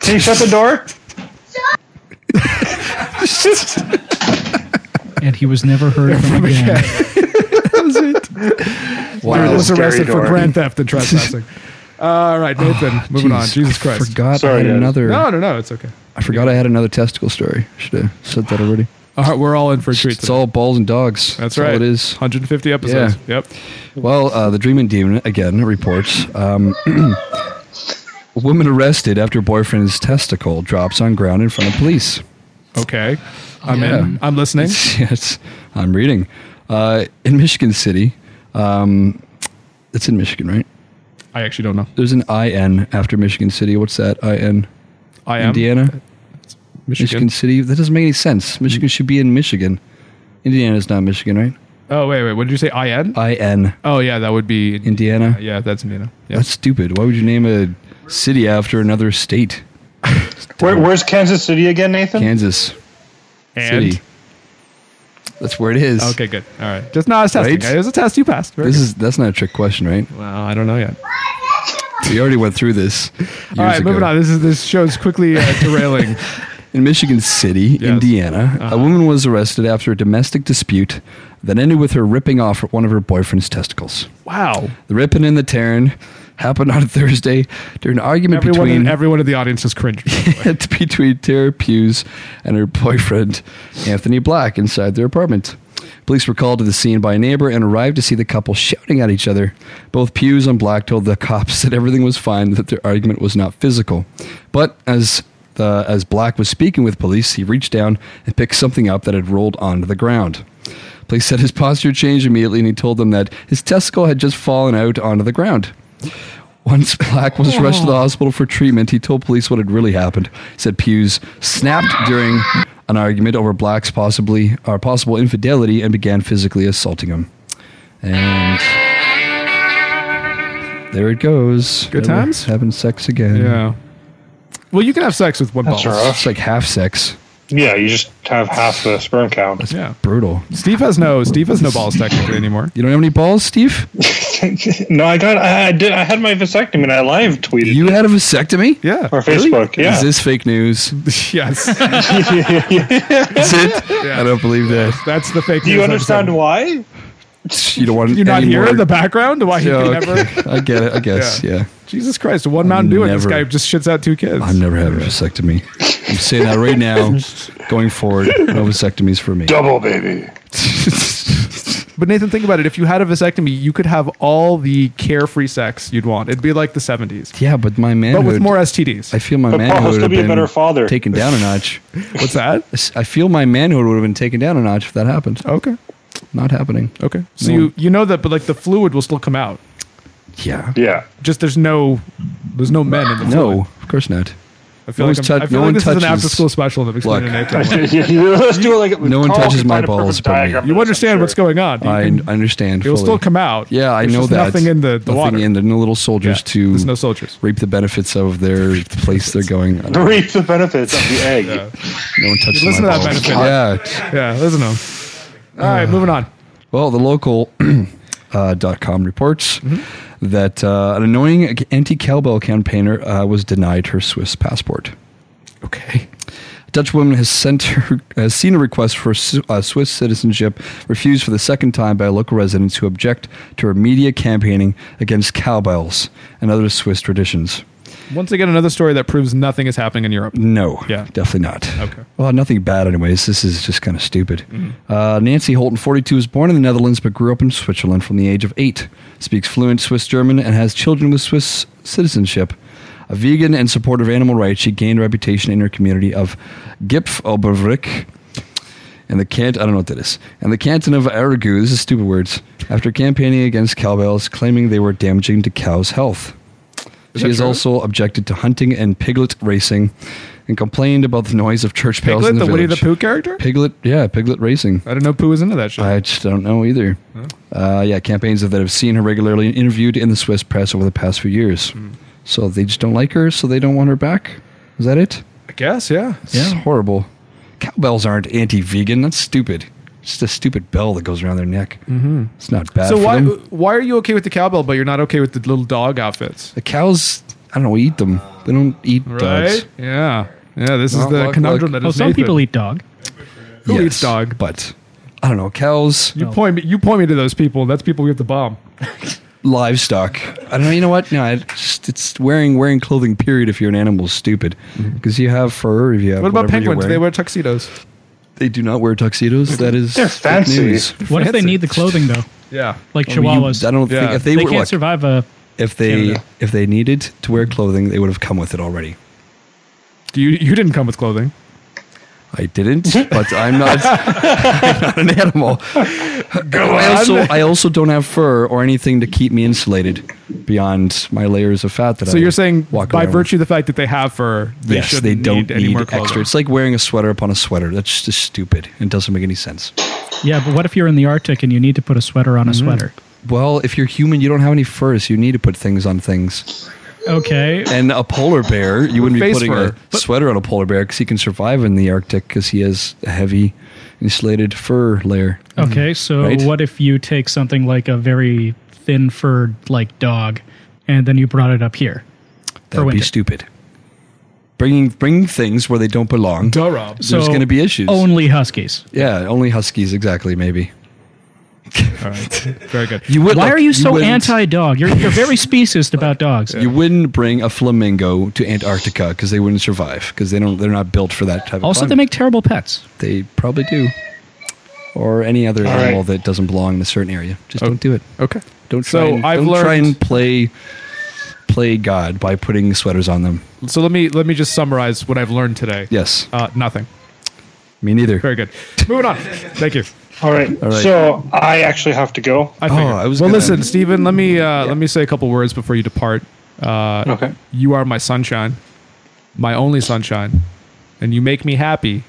Speaker 3: Can you shut the door?
Speaker 4: And he was never heard
Speaker 2: (laughs)
Speaker 1: (laughs)
Speaker 4: from again.
Speaker 3: Wow.
Speaker 1: was
Speaker 3: Scary
Speaker 1: arrested for
Speaker 3: door.
Speaker 1: grand theft and
Speaker 3: (laughs)
Speaker 1: trespassing. All right, Nathan, moving on.
Speaker 2: Jeez,
Speaker 1: Jesus
Speaker 2: I
Speaker 1: Christ.
Speaker 2: Forgot
Speaker 3: Sorry,
Speaker 2: I had
Speaker 3: guys.
Speaker 2: another.
Speaker 1: No, no, no, it's okay.
Speaker 2: I forgot I had another testicle story. Should have said that already.
Speaker 1: All right, we're all in for a treat
Speaker 2: It's
Speaker 1: today.
Speaker 2: all balls and dogs.
Speaker 1: That's
Speaker 2: all
Speaker 1: right.
Speaker 2: it is.
Speaker 1: 150 episodes. Yep.
Speaker 2: Well, uh, the Dreaming Demon again reports um, (clears throat) a woman arrested after boyfriend's testicle drops on ground in front of police.
Speaker 1: Okay. I'm
Speaker 2: Yeah.
Speaker 1: in. I'm listening.
Speaker 2: (laughs) yes, I'm reading. Uh, in Michigan City, um, it's in Michigan, right?
Speaker 1: I actually don't know.
Speaker 2: There's an IN after Michigan City. What's that? IN?
Speaker 1: I am
Speaker 2: Indiana?
Speaker 1: Michigan.
Speaker 2: Michigan City? That doesn't make any sense.
Speaker 1: Mm-hmm.
Speaker 2: Michigan should be in Michigan. Indiana's not Michigan, right?
Speaker 1: Oh wait, wait. What did you say? I N?
Speaker 2: IN.
Speaker 1: Oh yeah, that would be Indiana.
Speaker 2: Indiana?
Speaker 1: Yeah, that's Indiana. Yeah.
Speaker 2: That's stupid. Why would you name a city after another state?
Speaker 3: Where, where's Kansas City again, Nathan?
Speaker 2: Kansas
Speaker 1: and
Speaker 2: City. That's where it is.
Speaker 1: okay, good. All right. Just not a test.
Speaker 2: Right?
Speaker 1: It was a test you passed. Very
Speaker 2: This
Speaker 1: good.
Speaker 2: is that's not a trick question, right?
Speaker 1: well, I don't know yet.
Speaker 2: We already went through this. Years
Speaker 1: All right, moving
Speaker 2: ago.
Speaker 1: on. This is this show's quickly
Speaker 2: (laughs)
Speaker 1: uh, derailing.
Speaker 2: In Michigan City, Indiana,
Speaker 1: Uh-huh.
Speaker 2: a woman was arrested after a domestic dispute that ended with her ripping off one of her boyfriend's testicles.
Speaker 1: wow.
Speaker 2: The ripping and the tearing happened on (laughs) Thursday during an argument
Speaker 1: Everyone in
Speaker 2: between
Speaker 1: everyone in the audience is
Speaker 2: (laughs)
Speaker 1: cringing.
Speaker 2: between Tara Pews and her boyfriend Anthony Black inside their apartment. Police were called to the scene by a neighbor and arrived to see the couple shouting at each other. Both Pews and Black told the (laughs) cops that everything was fine, that their argument was not physical. But as the, as Black was speaking with police, he reached down and picked something up that had rolled onto the ground. Police said his posture changed immediately and he told them that his testicle had just fallen out onto the ground. Once Black was rushed to the hospital for treatment, he told police what had really happened. He said Pews snapped during an argument over Black's possibly or possible infidelity and began physically assaulting him. And there it goes.
Speaker 1: Good
Speaker 2: Never
Speaker 1: times?
Speaker 2: having sex again.
Speaker 1: yeah. Well, you can have sex with one
Speaker 3: That's
Speaker 1: ball.
Speaker 3: rough.
Speaker 2: it's like half sex.
Speaker 3: Yeah, you just have half the sperm count.
Speaker 1: Yeah.
Speaker 2: Brutal.
Speaker 1: Steve has no Steve has no balls technically anymore.
Speaker 2: You don't have any balls, Steve?
Speaker 3: no, I got. I, I did. I had my vasectomy. and I live tweeted
Speaker 2: You had a vasectomy?
Speaker 1: Yeah.
Speaker 3: or Facebook. Yeah,
Speaker 2: Is this fake news?
Speaker 1: (laughs) yes.
Speaker 2: Is it? I don't believe that.
Speaker 1: That's the fake.
Speaker 3: do you understand
Speaker 1: why
Speaker 3: why?
Speaker 2: You don't want
Speaker 1: you're not
Speaker 2: any
Speaker 1: here
Speaker 2: more-
Speaker 1: in the background? Why he
Speaker 2: Yeah,
Speaker 1: can
Speaker 2: okay.
Speaker 1: (laughs)
Speaker 2: (laughs)
Speaker 1: never?
Speaker 2: I get it. I guess.
Speaker 1: Yeah.
Speaker 2: yeah.
Speaker 1: Jesus Christ! One Mountain Dew and this guy
Speaker 2: never-
Speaker 1: just shits out two kids.
Speaker 2: I'm never having a vasectomy. I'm saying that right now. Going forward, no vasectomies for me.
Speaker 3: Double baby.
Speaker 1: But Nathan, think about it. If you had a vasectomy, you could have all the carefree sex you'd want. It'd be like the 70s,
Speaker 2: yeah, but my manhood.
Speaker 1: but with more STDs.
Speaker 2: I feel my
Speaker 3: But Paul,
Speaker 2: manhood
Speaker 3: still
Speaker 2: would have
Speaker 3: be a
Speaker 2: been
Speaker 3: better father.
Speaker 2: taken down a notch.
Speaker 1: What's
Speaker 2: (laughs)
Speaker 1: that?
Speaker 2: I feel my manhood would have been taken down a notch if that happened.
Speaker 1: Okay.
Speaker 2: Not happening.
Speaker 1: Oh. Okay. So
Speaker 2: No.
Speaker 1: you you know that, but like the fluid will still come out.
Speaker 2: Yeah.
Speaker 3: (laughs) Yeah.
Speaker 1: Just there's no there's no men in the fluid.
Speaker 2: No, of course not.
Speaker 1: I feel
Speaker 2: No
Speaker 1: like,
Speaker 2: one's
Speaker 1: I'm,
Speaker 2: touch-
Speaker 1: I feel
Speaker 2: no
Speaker 1: like
Speaker 2: one
Speaker 1: this is an
Speaker 2: touches-
Speaker 1: after school special that explained to
Speaker 2: Look.
Speaker 1: Nathan.
Speaker 2: (laughs)
Speaker 1: why.
Speaker 3: Let's do it like
Speaker 2: No one touches my balls, but me.
Speaker 1: You understand what's going on. You
Speaker 2: I
Speaker 1: can-
Speaker 2: I understand.
Speaker 1: it will
Speaker 2: fully.
Speaker 1: still come out.
Speaker 2: Yeah, I
Speaker 1: There's
Speaker 2: know
Speaker 1: just
Speaker 2: that.
Speaker 1: Nothing in the, the
Speaker 2: nothing
Speaker 1: water.
Speaker 2: in there. No little soldiers
Speaker 1: Yeah.
Speaker 2: to
Speaker 1: There's no soldiers.
Speaker 2: reap the benefits of their place they're going. I don't-
Speaker 3: on. Reap the benefits of the egg.
Speaker 2: No one touches
Speaker 1: Listen
Speaker 2: my
Speaker 1: to that
Speaker 2: balls.
Speaker 1: benefit.
Speaker 2: Yeah.
Speaker 1: Yeah, listen to him. All
Speaker 2: Uh,
Speaker 1: right, moving on.
Speaker 2: Well, the local (clears throat) uh, dot .com reports
Speaker 1: Mm-hmm.
Speaker 2: that uh, an annoying anti-cowbell campaigner uh, was denied her Swiss passport.
Speaker 1: Okay.
Speaker 2: A Dutch woman has sent her, has seen a request for Su- uh, Swiss citizenship refused for the second time by local residents who object to her media campaigning against cowbells and other Swiss traditions.
Speaker 1: Once again, another story that proves nothing is happening in Europe.
Speaker 2: No,
Speaker 1: Yeah.
Speaker 2: definitely not.
Speaker 1: Okay. Mm-hmm.
Speaker 2: Well, nothing bad, anyways. This is just kind of stupid. Uh, Nancy Holton, 42, was born in the Netherlands but grew up in Switzerland from the age of eight. Speaks fluent Swiss German and has children with Swiss citizenship. A vegan and supporter of animal rights, she gained a reputation in her community of Gipfelbervrik and the cant I don't know what that is. And the canton of Aragu, this is stupid words, after campaigning against cowbells, claiming they were damaging to cows' health. she
Speaker 1: that
Speaker 2: has
Speaker 1: true?
Speaker 2: also objected to hunting and piglet racing and complained about the noise of church bells in
Speaker 1: Piglet,
Speaker 2: the,
Speaker 1: the, Winnie
Speaker 2: village.
Speaker 1: the Pooh character?
Speaker 2: Piglet, yeah, piglet racing.
Speaker 1: I didn't know Pooh was into that shit.
Speaker 2: I just don't know either. Uh, yeah, campaigns that have seen her regularly interviewed in the Swiss press over the past few years.
Speaker 1: Hmm.
Speaker 2: So they just don't like her, so they don't want her back. Is that it?
Speaker 1: I guess, yeah.
Speaker 2: It's horrible. Cowbells aren't anti-vegan. That's stupid. It's just a stupid bell that goes around their neck. Mm-hmm. It's not bad
Speaker 1: So
Speaker 2: for
Speaker 1: why
Speaker 2: them.
Speaker 1: why are you okay with the cowbell, but you're not okay with the little dog outfits?
Speaker 2: The cows, I don't know, eat them. They don't eat
Speaker 1: Right?
Speaker 2: dogs.
Speaker 1: Yeah. Yeah, this is
Speaker 2: Well,
Speaker 1: the
Speaker 2: look,
Speaker 1: conundrum
Speaker 2: look.
Speaker 1: that
Speaker 4: Oh,
Speaker 1: is
Speaker 4: some
Speaker 1: Nathan.
Speaker 4: people eat dog.
Speaker 1: Who eats dog?
Speaker 2: But I don't know. Cows,
Speaker 1: You point me you point me to those people. That's people we have to bomb.
Speaker 2: livestock. I don't know. You know what? No, I just, it's wearing wearing clothing. Period. If you're an animal, is stupid because you have fur. If you have
Speaker 1: Mm-hmm. What about
Speaker 2: whatever you're
Speaker 1: penguins? Do they
Speaker 2: wearing.
Speaker 1: wear tuxedos?
Speaker 2: They do not wear tuxedos. That is
Speaker 3: They're
Speaker 2: fake
Speaker 3: fancy.
Speaker 2: news.
Speaker 4: What if they
Speaker 1: Fancy.
Speaker 4: need the clothing though?
Speaker 1: Yeah.
Speaker 4: Like
Speaker 2: Oh, You-
Speaker 4: chihuahuas,
Speaker 2: I don't think
Speaker 1: Yeah.
Speaker 2: if they,
Speaker 4: they
Speaker 2: were
Speaker 4: can't
Speaker 2: look,
Speaker 4: survive a.
Speaker 2: if they
Speaker 4: Canada.
Speaker 2: if they needed to wear clothing, they would have come with it already.
Speaker 1: You you didn't come with clothing.
Speaker 2: I didn't, but I'm not, (laughs) I'm not an animal. I also, I also don't have fur or anything to keep me insulated beyond my layers of fat that I
Speaker 1: So you're saying
Speaker 2: walk
Speaker 1: by
Speaker 2: around with.
Speaker 1: virtue of the fact that they have fur, they
Speaker 2: yes,
Speaker 1: shouldn't
Speaker 2: they don't
Speaker 1: need, any more clothing.
Speaker 2: extra. It's like wearing a sweater upon a sweater. That's just stupid. It doesn't make any sense.
Speaker 4: Yeah, but what if you're in the Arctic and you need to put a sweater on a
Speaker 2: Mm-hmm.
Speaker 4: sweater?
Speaker 2: Well, if you're human, you don't have any furs. You need to put things on things.
Speaker 4: Okay.
Speaker 2: And a polar bear, you wouldn't be
Speaker 1: Face
Speaker 2: putting
Speaker 1: fur.
Speaker 2: a sweater on a polar bear because he can survive in the Arctic because he has a heavy insulated fur layer.
Speaker 4: Okay, so
Speaker 2: Mm. Right.
Speaker 4: what if you take something like a very thin furred like dog and then you brought it up here?
Speaker 2: That would be
Speaker 4: winter.
Speaker 2: stupid. Bringing bringing things where they don't belong.
Speaker 1: Duh, Rob.
Speaker 4: So
Speaker 2: There's gonna be issues.
Speaker 4: Only huskies.
Speaker 2: Yeah, only huskies exactly. Maybe
Speaker 1: All right. Very good.
Speaker 2: you would.
Speaker 4: Why
Speaker 2: like,
Speaker 4: are you so
Speaker 2: wouldn't-
Speaker 4: anti dog? You're,
Speaker 2: (laughs)
Speaker 4: you're very speciest about dogs.
Speaker 2: You wouldn't bring a flamingo to Antarctica because they wouldn't survive because they don't. They're not built for that type.
Speaker 4: Also,
Speaker 2: of
Speaker 4: they
Speaker 2: climate.
Speaker 4: make terrible pets.
Speaker 2: They probably do. Or any other
Speaker 3: All
Speaker 2: animal
Speaker 3: right.
Speaker 2: that doesn't belong in a certain area. Just
Speaker 4: Oh.
Speaker 2: don't do it.
Speaker 1: Okay.
Speaker 2: Don't try.
Speaker 1: So
Speaker 2: and,
Speaker 1: I've
Speaker 2: don't try
Speaker 1: learned-
Speaker 2: and play play God by putting sweaters on them.
Speaker 1: So let me let me just summarize what I've learned today.
Speaker 2: Yes,
Speaker 1: Uh, nothing.
Speaker 2: me neither.
Speaker 1: Very good. Moving on. Thank you.
Speaker 3: All right.
Speaker 2: All right.
Speaker 3: So I actually have to go.
Speaker 1: I
Speaker 2: Oh,
Speaker 1: figured.
Speaker 2: I was
Speaker 1: well,
Speaker 2: gonna-
Speaker 1: listen, Stephen. Let me uh, let me say a couple words before you depart. Uh,
Speaker 3: Okay.
Speaker 1: You are my sunshine, my only sunshine, and you make me happy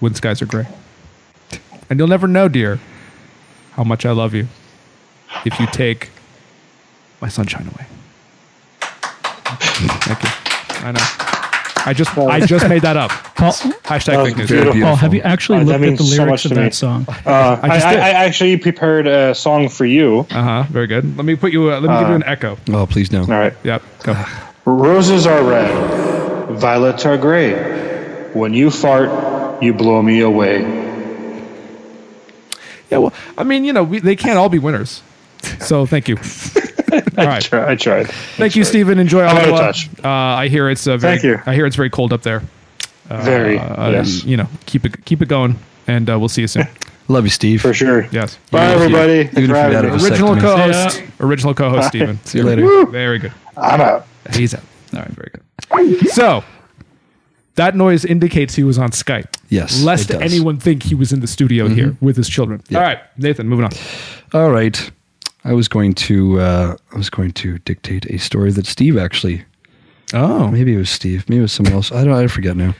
Speaker 1: when skies are gray. And you'll never know, dear, how much I love you if you take my sunshine away. Thank you. I know. I just I just made that up.
Speaker 4: Paul,
Speaker 1: Hashtag fake news.
Speaker 3: beautiful.
Speaker 4: Paul, have you actually
Speaker 3: Oh, that
Speaker 4: looked at
Speaker 3: means
Speaker 4: the
Speaker 3: so
Speaker 4: lyrics
Speaker 3: much to
Speaker 4: of that
Speaker 3: me. (laughs)
Speaker 4: song?
Speaker 3: Uh, I,
Speaker 1: just
Speaker 3: I,
Speaker 1: did.
Speaker 3: I actually prepared a song for you.
Speaker 2: Uh-huh.
Speaker 1: Uh huh. Very good. Let me put you. Uh, let me give you an echo.
Speaker 2: Oh, please no.
Speaker 3: All right.
Speaker 1: Yep. Go.
Speaker 3: Roses are red, violets are gray. When you fart, you blow me away.
Speaker 1: (sighs) Yeah, well, I mean, you know, we, they can't all be winners. So thank (laughs) you. all right,
Speaker 3: Try- I tried.
Speaker 1: thank you, Stephen. Enjoy
Speaker 3: out of
Speaker 1: Ottawa.
Speaker 3: touch.
Speaker 1: Uh, I hear it's uh, very,
Speaker 3: Thank you.
Speaker 1: I hear it's very cold up there.
Speaker 3: Very.
Speaker 1: Uh,
Speaker 3: yes.
Speaker 1: You know, keep it keep it going, and uh, we'll see you (laughs) soon.
Speaker 2: Love you, Steve.
Speaker 3: For sure.
Speaker 1: Yes.
Speaker 3: Bye,
Speaker 2: Even if you-
Speaker 3: everybody.
Speaker 2: even if you
Speaker 3: Thanks for
Speaker 2: had
Speaker 3: having
Speaker 2: a
Speaker 3: me.
Speaker 2: vasectomy.
Speaker 1: Original co-host.
Speaker 4: See
Speaker 1: Original co-host Stephen.
Speaker 2: See you later.
Speaker 1: Very good.
Speaker 3: I'm out.
Speaker 1: He's out. All right. Very good. So that noise indicates he was on Skype.
Speaker 2: Yes,
Speaker 1: Lest
Speaker 2: it does.
Speaker 1: anyone think he was in the studio here with his children. All right, Nathan, moving on.
Speaker 2: All right. I was going to uh, I was going to dictate a story that Steve actually
Speaker 1: Oh,
Speaker 2: maybe it was Steve, maybe it was someone else. I don't I forget now.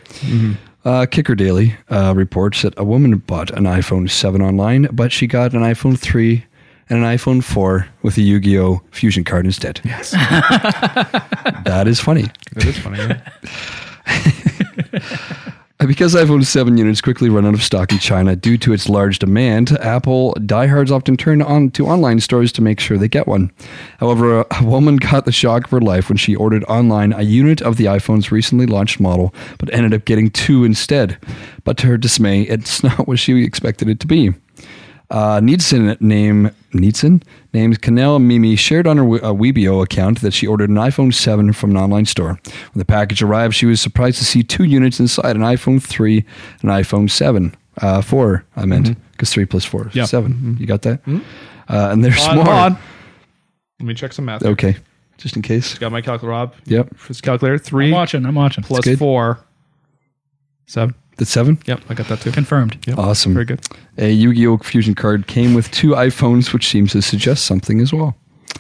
Speaker 2: Uh, Kicker Daily uh, reports that a woman bought an iPhone 7 online, but she got an iPhone 3 and an iPhone 4 with a Yu-Gi-Oh fusion card instead. Yes. (laughs) that is funny.
Speaker 1: that is funny. (laughs) yeah.
Speaker 2: Uh, Because iPhone 7 units quickly run out of stock in China due to its large demand, Apple diehards often turn on to online stores to make sure they get one. However, a woman got the shock of her life when she ordered online a unit of the iPhone's recently launched model, but ended up getting two instead. But to her dismay, it's (laughs) not what she expected it to be. Uh, Needson name Needson named Canel Mimi shared on her Wee- uh, Weebio account that she ordered an iPhone 7 from an online store. When the package arrived, she was surprised to see two units inside an iPhone 3 and an iPhone 7. Uh, 4, I meant, because 3 plus 4 is
Speaker 1: Mm-hmm. Yeah.
Speaker 2: 7. You got that? Uh, and they're
Speaker 1: Hold
Speaker 2: small.
Speaker 1: on, hold on. Let me check some math.
Speaker 2: Okay, just in case.
Speaker 1: Got my calculator, Rob.
Speaker 2: Yep.
Speaker 1: His calculator.
Speaker 4: I'm
Speaker 1: Three
Speaker 4: watching. I'm watching.
Speaker 1: plus
Speaker 2: good.
Speaker 1: four. Seven.
Speaker 2: That's 7?
Speaker 1: Yep, I got that too.
Speaker 4: Confirmed.
Speaker 2: Awesome.
Speaker 1: Very good.
Speaker 2: A Yu Gi Oh! Fusion card came with two iPhones, which seems to suggest something as well.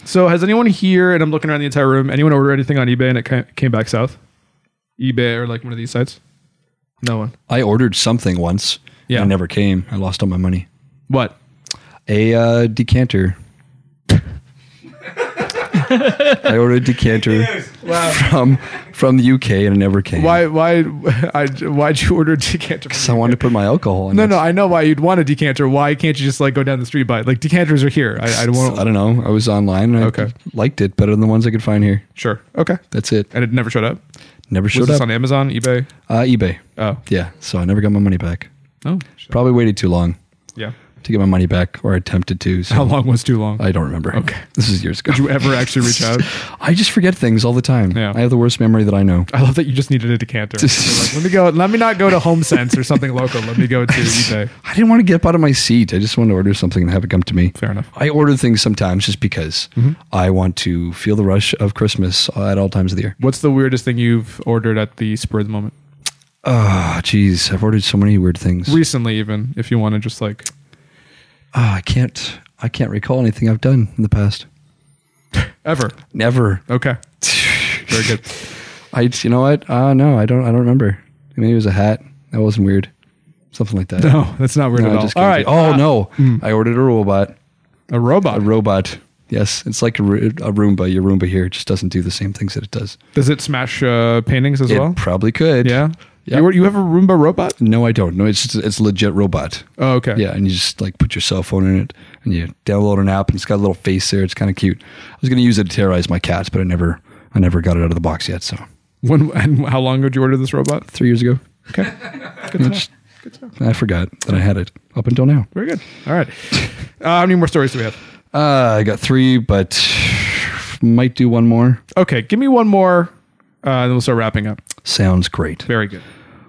Speaker 1: So has anyone here, and I'm looking around the entire room, anyone order anything on eBay and it ca- came back south? eBay or like one of these sites? No one.
Speaker 2: I ordered something once.
Speaker 1: Yeah.
Speaker 2: And it never came. I lost all my money.
Speaker 1: What?
Speaker 2: a uh, decanter. I ordered a decanter from from the UK and it never came.
Speaker 1: Why? Why? (laughs) I, why'd you order a decanter?
Speaker 2: So I wanted to put my alcohol in.
Speaker 1: No,
Speaker 2: it.
Speaker 1: no, I know why you'd want a decanter. Why can't you just like go down the street and buy it? Like decanters are here. I, I don't
Speaker 2: So I
Speaker 1: want.
Speaker 2: don't know. I was online and
Speaker 1: Okay.
Speaker 2: I liked it better than the ones I could find here.
Speaker 1: Sure. Okay.
Speaker 2: That's it.
Speaker 1: And it never showed up.
Speaker 2: Never
Speaker 1: Was
Speaker 2: showed
Speaker 1: this
Speaker 2: up.
Speaker 1: on Amazon, eBay?
Speaker 2: uh, eBay.
Speaker 1: Oh.
Speaker 2: Yeah. So I never got my money back.
Speaker 1: Oh.
Speaker 2: Probably waited too long
Speaker 1: Yeah.
Speaker 2: to get my money back, or attempted to. So
Speaker 1: How long was too long?
Speaker 2: I don't remember.
Speaker 1: Okay.
Speaker 2: (laughs) This is years ago.
Speaker 1: Did you ever actually reach
Speaker 2: (laughs)
Speaker 1: out?
Speaker 2: I just forget things all the time.
Speaker 1: Yeah.
Speaker 2: I have the worst memory that I know.
Speaker 1: I love that you just needed a
Speaker 2: (laughs)
Speaker 1: decanter. You're like, let me go. Let me not go to Home Sense or something local. Let me
Speaker 2: (laughs)
Speaker 1: go to eBay.
Speaker 2: I didn't want to get up out of my seat. I just wanted to order something and have it come to me.
Speaker 1: Fair enough. Mm-hmm.
Speaker 2: I order things sometimes just because I want to feel the rush of Christmas at all times of the year.
Speaker 1: What's the weirdest thing you've ordered at the spur of the moment?
Speaker 2: Ah, jeez, I've ordered so many weird things.
Speaker 1: Recently, even if you want to just like
Speaker 2: Ah, I can't. I can't recall anything I've done in the past.
Speaker 1: ever.
Speaker 2: Never.
Speaker 1: Okay, very
Speaker 2: (laughs)
Speaker 1: good.
Speaker 2: I. You know what? Uh no, I don't. I don't remember. Maybe it was a hat. That wasn't weird. Something like that.
Speaker 1: No, that's not weird
Speaker 2: No, I
Speaker 1: at all.
Speaker 2: just
Speaker 1: All right.
Speaker 2: can't
Speaker 1: Ah. Mm.
Speaker 2: do- Oh no, I ordered a robot.
Speaker 1: a robot.
Speaker 2: A robot. Yes, it's like a, Ro- a Roomba. Your Roomba here just doesn't do the same things that it does.
Speaker 1: Does it smash uh, paintings as
Speaker 2: It
Speaker 1: well?
Speaker 2: probably could.
Speaker 1: yeah.
Speaker 2: Yeah.
Speaker 1: You You, you have a Roomba robot?
Speaker 2: No, I don't. No, it's just, it's a legit robot.
Speaker 1: Oh, okay.
Speaker 2: Yeah, and you just like put your cell phone in it, and you download an app, and it's got a little face there. It's kind of cute. I was going to use it to terrorize my cats, but I never, I never got it out of the box yet. So
Speaker 1: When (laughs) and how long ago did you order this robot?
Speaker 2: three years ago,
Speaker 1: Okay.
Speaker 2: Which- I forgot that I had it up until now.
Speaker 1: (laughs) Very good. All
Speaker 2: (laughs)
Speaker 1: right. Uh, how many more stories do we have?
Speaker 2: Uh, I got three, but might do one more.
Speaker 1: Okay, give me one more, uh, and then we'll start wrapping up.
Speaker 2: Sounds great.
Speaker 1: Very good.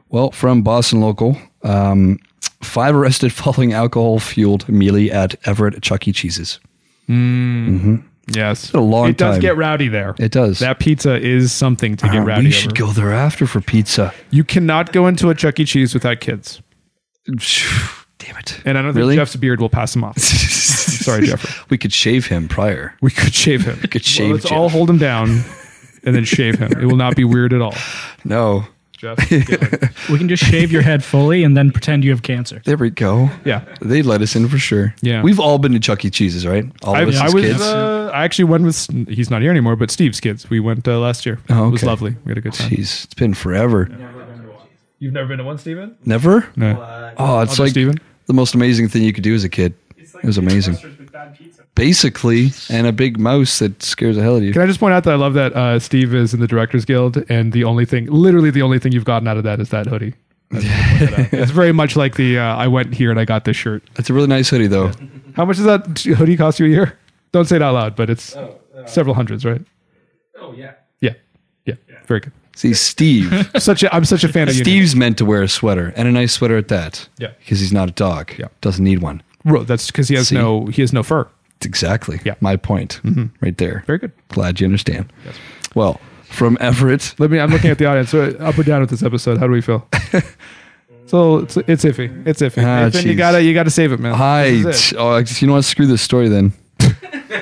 Speaker 2: Well, from Boston local, um, five arrested (laughs) following alcohol-fueled melee at Everett Chuck E. Cheese's.
Speaker 1: Yes,
Speaker 2: a long
Speaker 1: It does
Speaker 2: time.
Speaker 1: get rowdy there.
Speaker 2: It does.
Speaker 1: That pizza is something to get
Speaker 2: Uh,
Speaker 1: rowdy.
Speaker 2: we should
Speaker 1: over.
Speaker 2: go there after for pizza. (sighs)
Speaker 1: You cannot go into a Chuck E. Cheese without kids,
Speaker 2: Damn it.
Speaker 1: and I don't think
Speaker 2: Really?
Speaker 1: Jeff's beard will pass him
Speaker 2: (laughs)
Speaker 1: off. Sorry, Jeffrey.
Speaker 2: We could shave him prior.
Speaker 1: We could shave him. We
Speaker 2: could shave
Speaker 1: Let's
Speaker 2: Jeff.
Speaker 1: all hold him down and then shave him. It will not be weird at all.
Speaker 2: No.
Speaker 1: Jeff,
Speaker 2: (laughs)
Speaker 1: get it.
Speaker 4: We can just shave your head fully and then pretend you have cancer.
Speaker 2: There we go.
Speaker 1: yeah.
Speaker 2: They let us in for sure.
Speaker 1: Yeah.
Speaker 2: We've all been to Chuck E. Cheese's, right? All
Speaker 1: I,
Speaker 2: of us
Speaker 1: I
Speaker 2: as
Speaker 1: was.
Speaker 2: kids.
Speaker 1: Uh, I actually went with. He's not here anymore, but Steve's kids. We went uh, last year.
Speaker 2: Oh,
Speaker 1: It was
Speaker 2: okay.
Speaker 1: lovely. We had a good time.
Speaker 2: Jeez, it's been forever.
Speaker 1: You've never been to one, Steven?
Speaker 2: Never?
Speaker 1: No.
Speaker 2: Oh, it's
Speaker 1: Other
Speaker 2: like
Speaker 1: Steven?
Speaker 2: the most amazing thing you could do as a kid. it was amazing. Basically, and a big mouse that scares the hell out of you.
Speaker 1: Can I just point out that I love that uh, Steve is in the Directors Guild, and the only thing, literally the only thing you've gotten out of that is that
Speaker 2: (laughs)
Speaker 1: hoodie. I just wanna point that out. it's very much like the uh, I went here and I got this shirt.
Speaker 2: It's a really nice hoodie, though.
Speaker 1: How much does that t- hoodie cost you a year? Don't say it out loud, but it's several hundreds, right? uh, Oh yeah. yeah, yeah, very good. (laughs)
Speaker 2: See, Steve.
Speaker 1: Such a, I'm such a fan of you.
Speaker 2: Steve's meant to wear a sweater, and a nice sweater at that.
Speaker 1: Yeah.
Speaker 2: Because he's not a dog.
Speaker 1: Yeah.
Speaker 2: Doesn't need one.
Speaker 1: Ro- That's because he has
Speaker 2: See?
Speaker 1: no he has no fur.
Speaker 2: Exactly.
Speaker 1: Yeah. Mm-hmm.
Speaker 2: My point. Right there.
Speaker 1: Very good.
Speaker 2: Glad you understand. Well, from Everett,
Speaker 1: Let me. I'm looking at the audience. So up or down with this episode? How do we
Speaker 2: (laughs)
Speaker 1: feel? so it's, it's iffy. It's iffy.
Speaker 2: Ah,
Speaker 1: Nathan, you
Speaker 2: jeez.
Speaker 1: gotta you gotta save it, man.
Speaker 2: Hi.
Speaker 1: This is it.
Speaker 2: Oh, you know what? Screw this story then.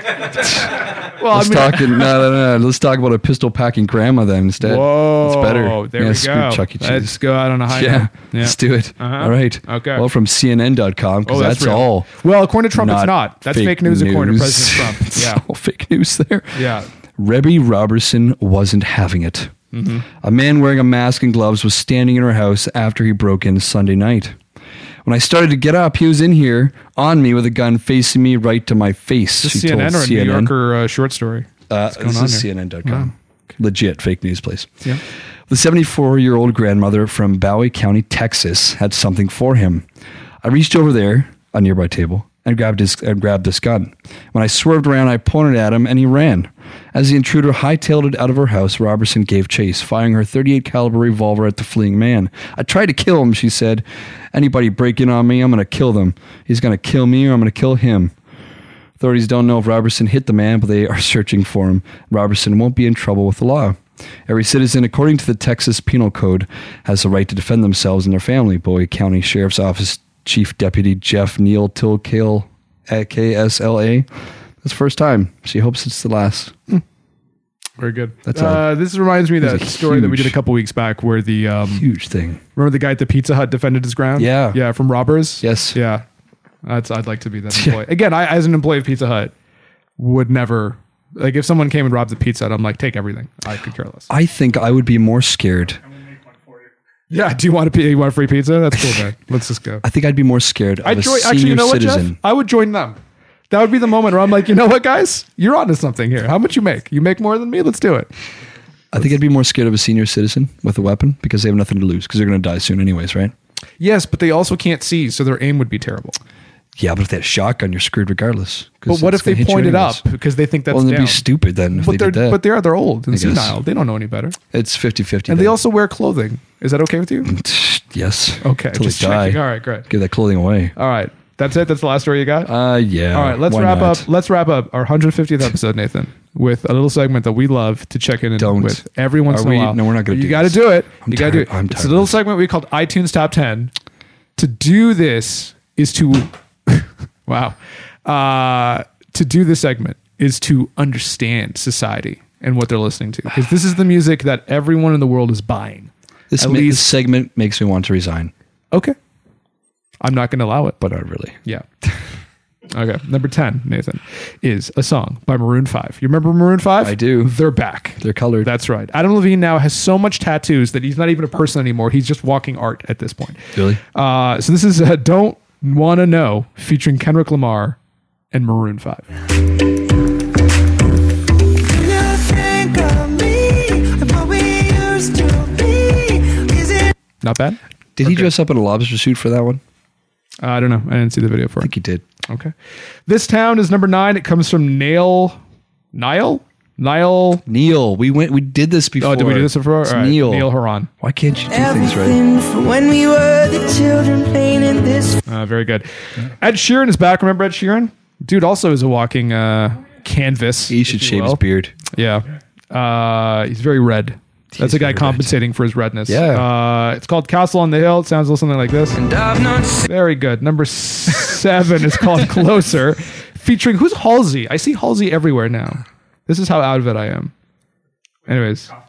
Speaker 1: Well, Oh, I
Speaker 2: Let's
Speaker 1: mean,
Speaker 2: talk. no, no, no. Let's talk about a pistol packing grandma then instead.
Speaker 1: Whoa,
Speaker 2: it's better.
Speaker 1: There
Speaker 2: yeah,
Speaker 1: we
Speaker 2: screw
Speaker 1: go.
Speaker 2: Chuck E. Cheese.
Speaker 1: Let's go out on a high
Speaker 2: yeah,
Speaker 1: note. Yeah.
Speaker 2: let's do it.
Speaker 1: Uh-huh.
Speaker 2: All right.
Speaker 1: Okay.
Speaker 2: Well, from CNN.com because
Speaker 1: Oh,
Speaker 2: that's,
Speaker 1: real.
Speaker 2: all.
Speaker 1: Well, according to Trump, it's not. That's fake, news, according to
Speaker 2: news. (laughs)
Speaker 1: President Trump.
Speaker 2: It's
Speaker 1: Yeah,
Speaker 2: all fake news there.
Speaker 1: yeah.
Speaker 2: Rebby Robertson wasn't having it.
Speaker 1: Mm-hmm.
Speaker 2: A man wearing a mask and gloves was standing in her house after he broke in Sunday night. When I started to get up, he was in here on me with a gun facing me right to my face.
Speaker 1: This
Speaker 2: she told
Speaker 1: CNN or a New
Speaker 2: CNN.
Speaker 1: Yorker uh, short story.
Speaker 2: Uh,
Speaker 1: going
Speaker 2: this
Speaker 1: on
Speaker 2: is
Speaker 1: here?
Speaker 2: CNN.com. Legit fake news place.
Speaker 1: Yeah.
Speaker 2: The 74 year old grandmother from Bowie County, Texas, had something for him. I reached over there, a nearby table, and grabbed, his, and grabbed this gun. When I swerved around, I pointed at him and he ran. As the intruder hightailed it out of her house, Robertson gave chase, firing her 38 caliber revolver at the fleeing man. I tried to kill him, she said. Anybody break in on me, I'm going to kill them. He's going to kill me or I'm going to kill him. Authorities don't know if Robertson hit the man, but they are searching for him. Robertson won't be in trouble with the law. Every citizen, according to the Texas Penal Code, has the right to defend themselves and their family. Bowie County Sheriff's Office Chief Deputy Jeff Neal Tilkale at KSLA. That's the first time. She hopes it's the last.
Speaker 1: Very good.
Speaker 2: That's
Speaker 1: uh, this reminds me of that
Speaker 2: a
Speaker 1: story that we did a
Speaker 2: huge-
Speaker 1: couple weeks back, where the um,
Speaker 2: Huge thing.
Speaker 1: remember the guy at the Pizza Hut defended his ground.
Speaker 2: Yeah.
Speaker 1: yeah, from robbers.
Speaker 2: Yes.
Speaker 1: yeah. That's I'd like to be
Speaker 2: (laughs)
Speaker 1: that employee again. I, as an employee of Pizza Hut, would never like if someone came and robbed the Pizza Hut. I'm like, take everything. I could care less.
Speaker 2: I think I would be more scared.
Speaker 1: Yeah. Do you want a pi- you want a free pizza? That's cool,
Speaker 2: (laughs)
Speaker 1: man. Let's just go.
Speaker 2: I think I'd be more scared of
Speaker 1: I
Speaker 2: a
Speaker 1: join.
Speaker 2: senior
Speaker 1: Actually, you know what,
Speaker 2: citizen.
Speaker 1: Jeff? I would join them. That would be the moment where I'm like, you know what, guys, you're onto something here. How much you make? You make more than me. Let's do it.
Speaker 2: I think I'd be more scared of a senior citizen with a weapon because they have nothing to lose because they're going to die soon, anyways, right?
Speaker 1: Yes, but they also can't see, so their aim would be terrible.
Speaker 2: Yeah, but if they had a shotgun, you're screwed regardless. 'cause
Speaker 1: But what
Speaker 2: it's
Speaker 1: if they
Speaker 2: gonna hit you
Speaker 1: point it
Speaker 2: anyways.
Speaker 1: up because they think that's
Speaker 2: Well, then
Speaker 1: down?
Speaker 2: they'd be stupid then if
Speaker 1: But
Speaker 2: they
Speaker 1: they're
Speaker 2: did that.
Speaker 1: but they are they're old and
Speaker 2: I guess.
Speaker 1: senile. They don't know any better,
Speaker 2: it's 50-50.
Speaker 1: and they
Speaker 2: then.
Speaker 1: also wear clothing. Is that okay with you?
Speaker 2: (sniffs) (laughs) yes.
Speaker 1: Okay,
Speaker 2: Till
Speaker 1: just
Speaker 2: they die.
Speaker 1: checking. All right, great.
Speaker 2: Give that clothing away.
Speaker 1: All right. That's it. That's the last story you got.
Speaker 2: Uh, yeah.
Speaker 1: All right, let's wrap up. Let's wrap up our 150th episode, Nathan, with a little segment that we love to check in and
Speaker 2: Don't.
Speaker 1: with every once
Speaker 2: Are
Speaker 1: in a
Speaker 2: we-
Speaker 1: while.
Speaker 2: no, we're not gonna
Speaker 1: But
Speaker 2: do
Speaker 1: You got to
Speaker 2: this.
Speaker 1: do it.
Speaker 2: I'm
Speaker 1: you got to do
Speaker 2: tired-
Speaker 1: it.
Speaker 2: I'm
Speaker 1: it's
Speaker 2: tired
Speaker 1: a
Speaker 2: of
Speaker 1: little
Speaker 2: this.
Speaker 1: segment we called iTunes Top 10. To do this is to (laughs) wow. Uh, to do this segment is to understand society and what they're listening to because this is the music that everyone in the world is buying.
Speaker 2: This,
Speaker 1: At
Speaker 2: ma- this
Speaker 1: least-
Speaker 2: segment makes me want to resign,
Speaker 1: Okay, I'm not going to allow it.
Speaker 2: but not really.
Speaker 1: Yeah. (laughs) Okay. Number 10, Nathan, is a song by Maroon 5. You remember Maroon 5?
Speaker 2: I do.
Speaker 1: They're back.
Speaker 2: They're colored.
Speaker 1: That's right. Adam Levine now has so much tattoos that he's not even a person anymore. He's just walking art at this point.
Speaker 2: really.
Speaker 1: Uh, so this is uh, Don't Wanna Know featuring Kendrick Lamar and Maroon 5.
Speaker 7: You think of me and what we used to be. Is it
Speaker 1: Not bad?
Speaker 2: Did he dress up in a lobster suit for that one?
Speaker 1: Uh, I don't know. I didn't see the video for
Speaker 2: I
Speaker 1: it.
Speaker 2: think he did.
Speaker 1: Okay. This town is number nine. It comes from Nail. Nile? Nile.
Speaker 2: Neil, we went. We did this before.
Speaker 1: Oh, did we do this before?
Speaker 2: It's
Speaker 1: All right.
Speaker 2: Neil.
Speaker 1: Neil Haran.
Speaker 2: Why can't you do things right?
Speaker 7: everything for when we were the children playing in this?
Speaker 1: Uh, very good. Ed Sheeran is back. Remember Ed Sheeran? Dude also is a walking uh, canvas.
Speaker 2: He should
Speaker 1: if you
Speaker 2: shave his
Speaker 1: will.
Speaker 2: beard.
Speaker 1: Yeah. Uh, he's very red. That's a guy
Speaker 2: very red.
Speaker 1: compensating for his redness.
Speaker 2: Yeah.
Speaker 1: Uh, it's called Castle on the Hill. It sounds a little something like this. Very good. Number s- seven is
Speaker 2: (laughs)
Speaker 1: called Closer, featuring who's Halsey? I see Halsey everywhere now. This is how out of it I am. Anyways.
Speaker 2: (laughs)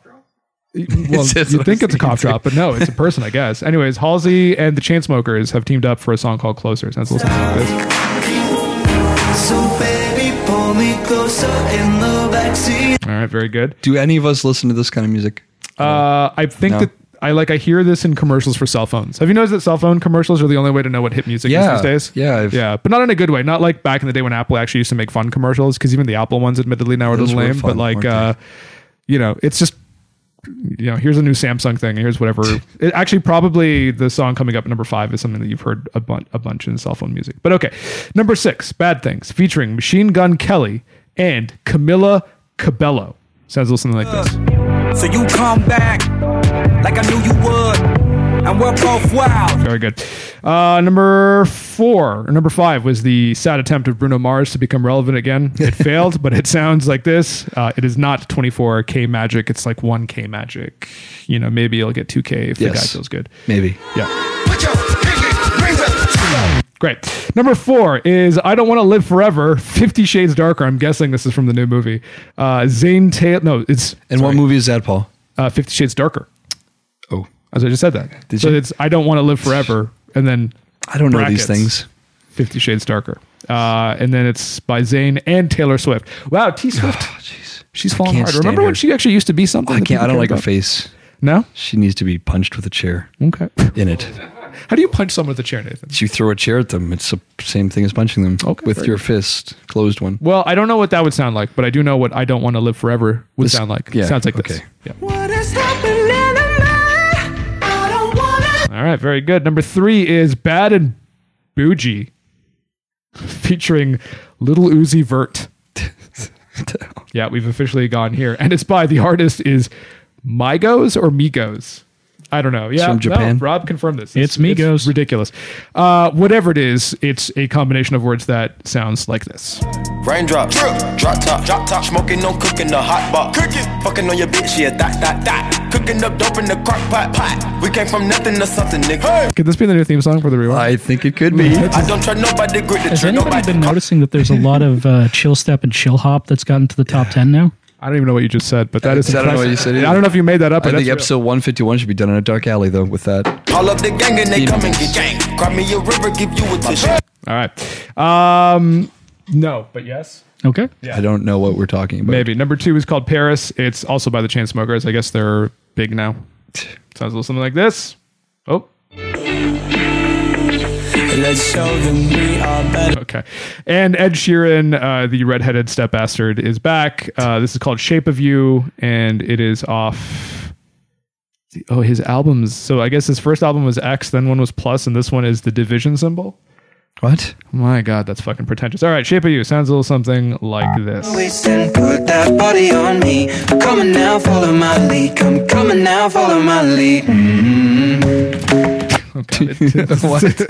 Speaker 1: Well,
Speaker 2: says
Speaker 1: you
Speaker 2: what
Speaker 1: think
Speaker 2: I
Speaker 1: it's a cop drop, but no, it's a person, I guess. Anyways, Halsey and the Chainsmokers have teamed up for a song called Closer. It Sounds a little something like this.
Speaker 7: So baby, pull me closer in the backseat.
Speaker 1: All right, very good.
Speaker 2: Do any of us listen to this kind of music?
Speaker 1: Uh, I think
Speaker 2: No.
Speaker 1: that I like I hear this in commercials for cell phones. Have you noticed that cell phone commercials are the only way to know what hip music
Speaker 2: Yeah.
Speaker 1: is these days?
Speaker 2: Yeah, I've-
Speaker 1: yeah, but not in a good way. Not like back in the day when Apple actually used to make fun commercials because even the Apple ones, admittedly, now are a
Speaker 2: Those
Speaker 1: little
Speaker 2: were
Speaker 1: lame.
Speaker 2: fun,
Speaker 1: but like,
Speaker 2: weren't they?
Speaker 1: uh, you know, it's just you know, here's a new Samsung thing. Here's
Speaker 2: (laughs)
Speaker 1: whatever. It actually probably the song coming up at number five is something that you've heard a, bun- a bunch in cell phone music. But okay, number six, Bad Things, featuring Machine Gun Kelly and Camilla Cabello. Sounds a little something like this.
Speaker 8: So you come back like I knew you would, and we're both wild.
Speaker 1: Very good. Uh, number four or number five was the sad attempt of Bruno Mars to become relevant
Speaker 2: (laughs)
Speaker 1: again. It failed, but it sounds like this. Uh, it is not 24K magic. It's like 1K magic. You know, maybe you'll get 2K if the guy
Speaker 2: Yes.
Speaker 1: feels good.
Speaker 2: Maybe.
Speaker 1: Yeah. Great. Number four is I Don't Want to Live Forever, Fifty Shades Darker. I'm guessing this is from the new movie. Uh, Zane Taylor. No, it's
Speaker 2: And what movie is that, Paul?
Speaker 1: uh, Fifty Shades Darker.
Speaker 2: Oh,
Speaker 1: As I just said that. so
Speaker 2: you?
Speaker 1: it's I Don't Want to Live Forever. And then
Speaker 2: I don't know these
Speaker 1: Brackets.
Speaker 2: things.
Speaker 1: Fifty Shades Darker. Uh, and then it's by Zayn and Taylor Swift. Wow, T Swift,
Speaker 2: Oh, Jeez.
Speaker 1: she's falling
Speaker 2: can't
Speaker 1: hard.
Speaker 2: stand
Speaker 1: Remember when
Speaker 2: her.
Speaker 1: she actually used to be something?
Speaker 2: I
Speaker 1: that
Speaker 2: can't. I
Speaker 1: people
Speaker 2: don't like
Speaker 1: cared
Speaker 2: her face.
Speaker 1: about?
Speaker 2: She needs to be punched with a chair
Speaker 1: No. Okay.
Speaker 2: in it.
Speaker 1: (laughs) How do you punch someone with a chair, Nathan?
Speaker 2: You throw a chair at them. It's the same thing as punching them
Speaker 1: Okay,
Speaker 2: with
Speaker 1: very
Speaker 2: your fist, closed one.
Speaker 1: Well, I don't know what that would sound like, but I do know what I don't want to live forever would
Speaker 2: This-
Speaker 1: sound like.
Speaker 2: yeah,
Speaker 1: sounds like this.
Speaker 2: okay.
Speaker 1: Yeah.
Speaker 7: What is happening to me? I don't wanna.
Speaker 1: All right, very good. Number three is Bad and Bougie, featuring Little Uzi Vert. yeah, we've officially gone here, and it's by the artist is Migos or Migos. I don't know. Yeah,
Speaker 2: from
Speaker 1: no,
Speaker 2: Japan.
Speaker 1: Rob confirmed this.
Speaker 4: It's Migos.
Speaker 1: ridiculous. Uh, whatever it is, it's a combination of words that sounds like this.
Speaker 9: Raindrop, drop top, drop top, smoking on cooking the hot box. Cooking, fucking on your bitch, yeah, that, that, that. Cooking up dope in the crock pot, pot. We came from nothing to something, nigga.
Speaker 1: Could this be the new theme song for the rewind?
Speaker 2: I think it could be.
Speaker 9: I don't try nobody, grip the
Speaker 4: Has
Speaker 9: trigger,
Speaker 4: anybody
Speaker 9: nobody.
Speaker 4: been noticing that there's a lot of uh, chill step and chill hop that's gotten to the top ten now?
Speaker 1: I don't even know what you just said, but that is.
Speaker 2: I don't know
Speaker 1: impressive.
Speaker 2: what you said
Speaker 1: I don't
Speaker 2: either.
Speaker 1: know if you made that up.
Speaker 2: I
Speaker 1: But
Speaker 2: think
Speaker 1: that's
Speaker 2: episode 151 should be done in a dark alley, though, with that.
Speaker 9: All of the gang and they come and
Speaker 2: Demons.
Speaker 9: get gang. Cry me a river, give you a tissue.
Speaker 1: real. All right. Um, no, but yes.
Speaker 4: Okay,
Speaker 2: I don't know what we're talking about.
Speaker 1: Maybe number two is called Paris. It's also by the Chainsmokers. I guess they're big now. Sounds a little something like this. Oh,
Speaker 8: Let's show them we are better.
Speaker 1: okay. And Ed Sheeran, uh, the redheaded step bastard, is back. Uh, this is called Shape of You, and it is off. Oh, his albums. So I guess his first album was X, then one was Plus, and this one is the division symbol.
Speaker 2: What?
Speaker 1: My God, that's fucking pretentious. All right, Shape of You sounds a little something like this.
Speaker 7: waist and put that body on me. I'm coming now, follow my lead. I'm coming now, follow my lead.
Speaker 2: (laughs) what?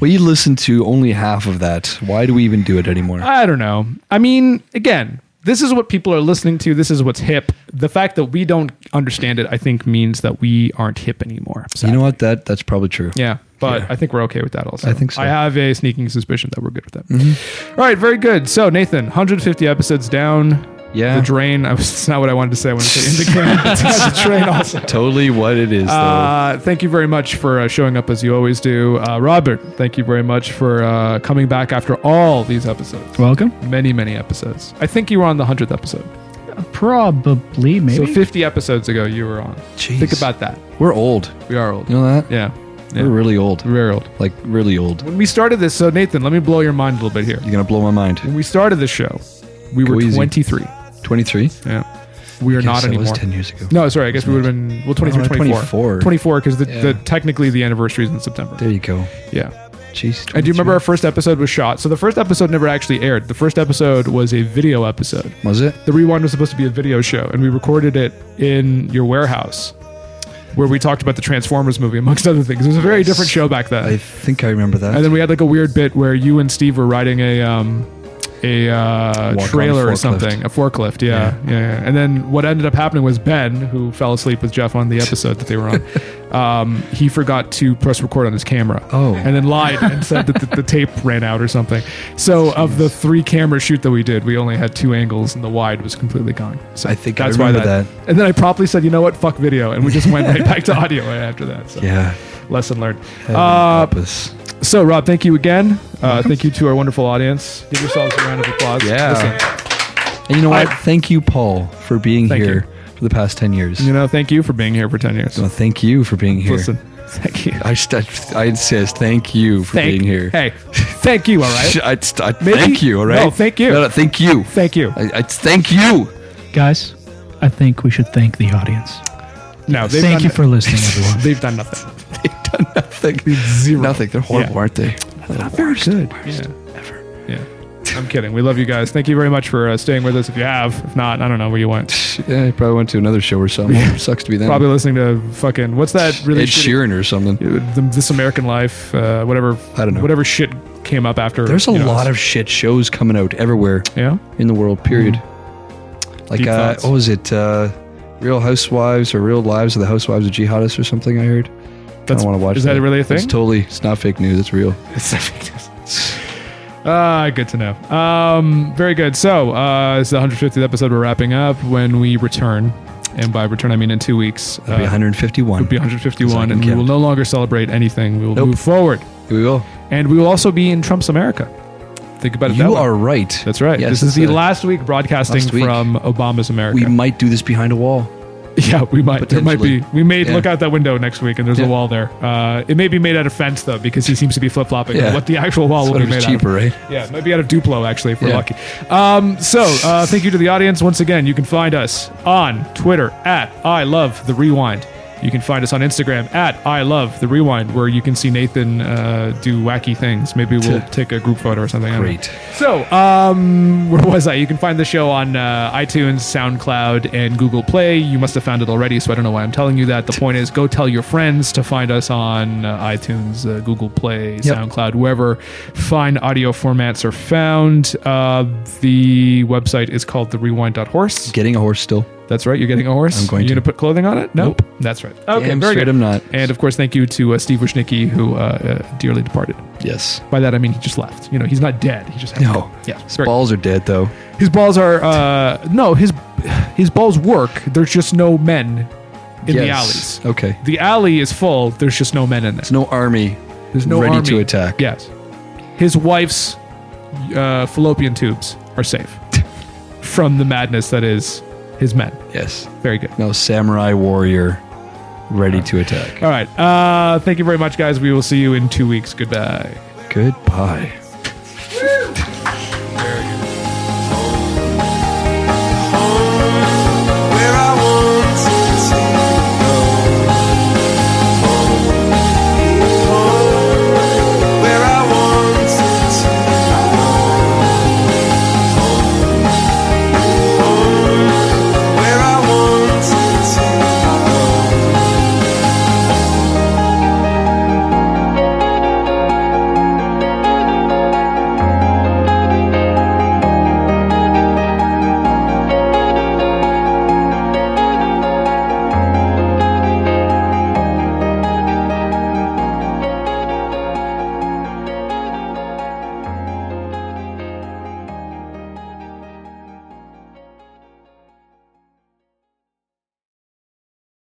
Speaker 2: We listened to only half of that. Why do we even do it anymore?
Speaker 1: I don't know. I mean, again, this is what people are listening to. This is what's hip. The fact that we don't understand it, I think, means that we aren't hip anymore.
Speaker 2: you know what? That that's probably true.
Speaker 1: Yeah, but I think we're okay with that also.
Speaker 2: I think so. Mm-hmm.
Speaker 1: I have a sneaking suspicion that we're good with that. All right, very good. So, Nathan, 150 episodes down.
Speaker 2: Yeah.
Speaker 1: The drain. I was, (laughs) it's not what I wanted to say when I said in the
Speaker 2: (laughs)
Speaker 1: can. It's the drain also.
Speaker 2: Totally what it is, though.
Speaker 1: Uh, thank you very much for uh, showing up as you always do. Uh, Robert, thank you very much for uh, coming back after all these episodes.
Speaker 4: Welcome.
Speaker 1: Many, many episodes. I think you were on the 100th episode.
Speaker 4: Probably,
Speaker 1: So
Speaker 4: maybe.
Speaker 1: 50 episodes ago, you were on.
Speaker 2: Jeez.
Speaker 1: Think about that.
Speaker 2: We're old.
Speaker 1: We are old.
Speaker 2: You know that?
Speaker 1: Yeah. yeah.
Speaker 2: We're really old.
Speaker 1: Very old.
Speaker 2: Like really old.
Speaker 1: When we started this, so Nathan, let me blow your mind a little bit here.
Speaker 2: You're gonna blow my mind.
Speaker 1: When we started the show, we
Speaker 2: Go
Speaker 1: were
Speaker 2: easy.
Speaker 1: 23.
Speaker 2: Twenty three.
Speaker 1: Yeah. We are not
Speaker 2: that
Speaker 1: anymore.
Speaker 2: was ten years ago.
Speaker 1: No, sorry. I guess we would have been, well, 23,
Speaker 2: Oh,
Speaker 1: 24.
Speaker 2: 24.
Speaker 1: 24, because the,
Speaker 2: Yeah.
Speaker 1: the, technically the anniversary is in September.
Speaker 2: There you go.
Speaker 1: Yeah.
Speaker 2: Jeez.
Speaker 1: And do you
Speaker 2: 23.
Speaker 1: remember our first episode was shot? So the first episode never actually aired. The first episode was a video episode.
Speaker 2: Was it?
Speaker 1: The Rewind was supposed to be a video show, and we recorded it in your warehouse where we talked about the Transformers movie, amongst other things. It was a very different show back then.
Speaker 2: I think I remember that.
Speaker 1: and then we had like a weird bit where you and Steve were riding a. Um, a uh,
Speaker 2: Walk-on
Speaker 1: trailer or
Speaker 2: forklift.
Speaker 1: something, a forklift, yeah, yeah, yeah. And then what ended up happening was Ben, who fell asleep with Jeff on the episode that they
Speaker 2: (laughs)
Speaker 1: were on, um, he forgot to press record on his camera.
Speaker 2: Oh.
Speaker 1: and then lied and said that the, the tape ran out or something. So of the three camera shoot that we did, we only had two angles, and the wide was completely gone. So
Speaker 2: I think I remember that.
Speaker 1: And then I promptly said, you know what, fuck video, and we just went right
Speaker 2: (laughs)
Speaker 1: back to audio after that. So
Speaker 2: yeah.
Speaker 1: lesson learned.
Speaker 2: Heaven
Speaker 1: Uh,
Speaker 2: help us.
Speaker 1: so, Rob, thank you again. Uh, thank you to our wonderful audience. Give yourselves a round of applause.
Speaker 2: Yeah.
Speaker 1: Listen,
Speaker 2: And you know what?
Speaker 1: I-
Speaker 2: thank you, Paul, for being
Speaker 1: Thank
Speaker 2: here for the past ten years.
Speaker 1: you know, thank you for being here for 10 years.
Speaker 2: Well, thank you for being here.
Speaker 1: Listen, thank you.
Speaker 2: I, st- I insist. Thank you for
Speaker 1: Thank,
Speaker 2: being here.
Speaker 1: Hey, thank you, all
Speaker 2: (laughs)
Speaker 1: right?
Speaker 2: I, st- I,
Speaker 1: Maybe-
Speaker 2: thank you. All right.
Speaker 1: No, thank you.
Speaker 2: No, no, thank you.
Speaker 1: Thank you.
Speaker 2: I, I, thank you. (laughs)
Speaker 4: Guys, I think we should thank the audience.
Speaker 1: No, they've
Speaker 4: Thank
Speaker 1: done
Speaker 4: you for listening, everyone.
Speaker 1: They've done nothing.
Speaker 2: Thank
Speaker 1: Zero.
Speaker 2: Nothing. They're horrible,
Speaker 1: Yeah.
Speaker 2: aren't they?
Speaker 1: Not very good. Yeah. Yeah. I'm kidding. We love you guys. Thank you very much for uh, staying with us. If you have, if not, I don't know where you went.
Speaker 2: Yeah, he probably went to another show or something. Sucks to be them.
Speaker 1: Probably listening to fucking what's that really?
Speaker 2: Ed
Speaker 1: shitty-
Speaker 2: Sheeran or something.
Speaker 1: Th- This American Life, uh, whatever.
Speaker 2: I don't know.
Speaker 1: Whatever shit came up after.
Speaker 2: There's a
Speaker 1: you know,
Speaker 2: lot of shit shows coming out everywhere
Speaker 1: yeah. Mm-hmm.
Speaker 2: in the world. Period. Like,
Speaker 1: Deep
Speaker 2: uh,
Speaker 1: thoughts.
Speaker 2: what was it? Uh, Real Housewives or Real Lives of the Housewives of Jihadists or something? I heard.
Speaker 1: That's,
Speaker 2: I want to watch.
Speaker 1: Is that really a thing?
Speaker 2: It's totally. It's not fake news. It's real.
Speaker 1: (laughs) Ah, good to know. Um, very good. So, uh, it's the 150th episode we're wrapping up. When we return, and by return I mean in two weeks,
Speaker 2: It'll
Speaker 1: uh,
Speaker 2: be 151.
Speaker 1: it'll be 151,
Speaker 2: Second
Speaker 1: and we will
Speaker 2: count.
Speaker 1: no longer celebrate anything. We will
Speaker 2: Nope.
Speaker 1: move forward,
Speaker 2: We will.
Speaker 1: and we will also be in Trump's America. Think about it. that
Speaker 2: You
Speaker 1: way.
Speaker 2: are right.
Speaker 1: That's right.
Speaker 2: Yes,
Speaker 1: this is
Speaker 2: it's
Speaker 1: the
Speaker 2: a-
Speaker 1: last week broadcasting
Speaker 2: last week.
Speaker 1: from Obama's America.
Speaker 2: We might do this behind a wall.
Speaker 1: (laughs) yeah, we might. It might be.
Speaker 2: potentially.
Speaker 1: We may
Speaker 2: Yeah.
Speaker 1: look out that window next week, and there's
Speaker 2: Yeah.
Speaker 1: a wall there. Uh, it may be made out of fence though, because he seems to be flip flopping.
Speaker 2: Yeah.
Speaker 1: What the actual wall will be made
Speaker 2: Whatever's
Speaker 1: out of.
Speaker 2: cheaper, right?
Speaker 1: Yeah, it might be out of Duplo actually if we're
Speaker 2: Yeah.
Speaker 1: lucky. Um, so uh, thank you to the audience once again. You can find us on Twitter at I love the rewind. You can find us on Instagram at I love the rewind, where you can see Nathan uh, do wacky things. Maybe
Speaker 2: (laughs)
Speaker 1: we'll take a group photo or something. I don't know.
Speaker 2: Great.
Speaker 1: So, um, where was I? You can find the show on uh, iTunes, SoundCloud, and Google Play. You must have found it already, so I don't know why I'm telling you that. The point is, go tell your friends to find us on uh, iTunes, uh, Google Play, SoundCloud, wherever fine audio formats are found. Uh, the website is called therewind.horse.
Speaker 2: Getting a horse still.
Speaker 1: That's right. You're getting a horse.
Speaker 2: I'm going
Speaker 1: You're
Speaker 2: to.
Speaker 1: gonna put clothing on it?
Speaker 2: Nope.
Speaker 1: That's right. Okay,
Speaker 2: Damn
Speaker 1: very
Speaker 2: straight
Speaker 1: good.
Speaker 2: I'm not.
Speaker 1: And of course, thank you to uh, Steve Wishnicki, who uh, uh, dearly departed.
Speaker 2: Yes.
Speaker 1: By that I mean he just left. You know, he's not dead. He just had to go.
Speaker 2: No.
Speaker 1: Yeah.
Speaker 2: His
Speaker 1: very-
Speaker 2: balls are dead though.
Speaker 1: his balls are uh no, his his balls work. There's just no men in the
Speaker 2: Yes.
Speaker 1: alleys.
Speaker 2: Okay.
Speaker 1: The alley is full. There's just no men in there.
Speaker 2: There's no army.
Speaker 1: There's no
Speaker 2: ready
Speaker 1: army.
Speaker 2: to attack.
Speaker 1: Yes. His wife's uh, fallopian tubes are safe
Speaker 2: (laughs)
Speaker 1: from the madness that is his men.
Speaker 2: Yes.
Speaker 1: Very good.
Speaker 2: No samurai warrior ready to attack.
Speaker 1: All right. Uh, thank you very much, guys. We will see you in two weeks. Goodbye.
Speaker 2: Goodbye.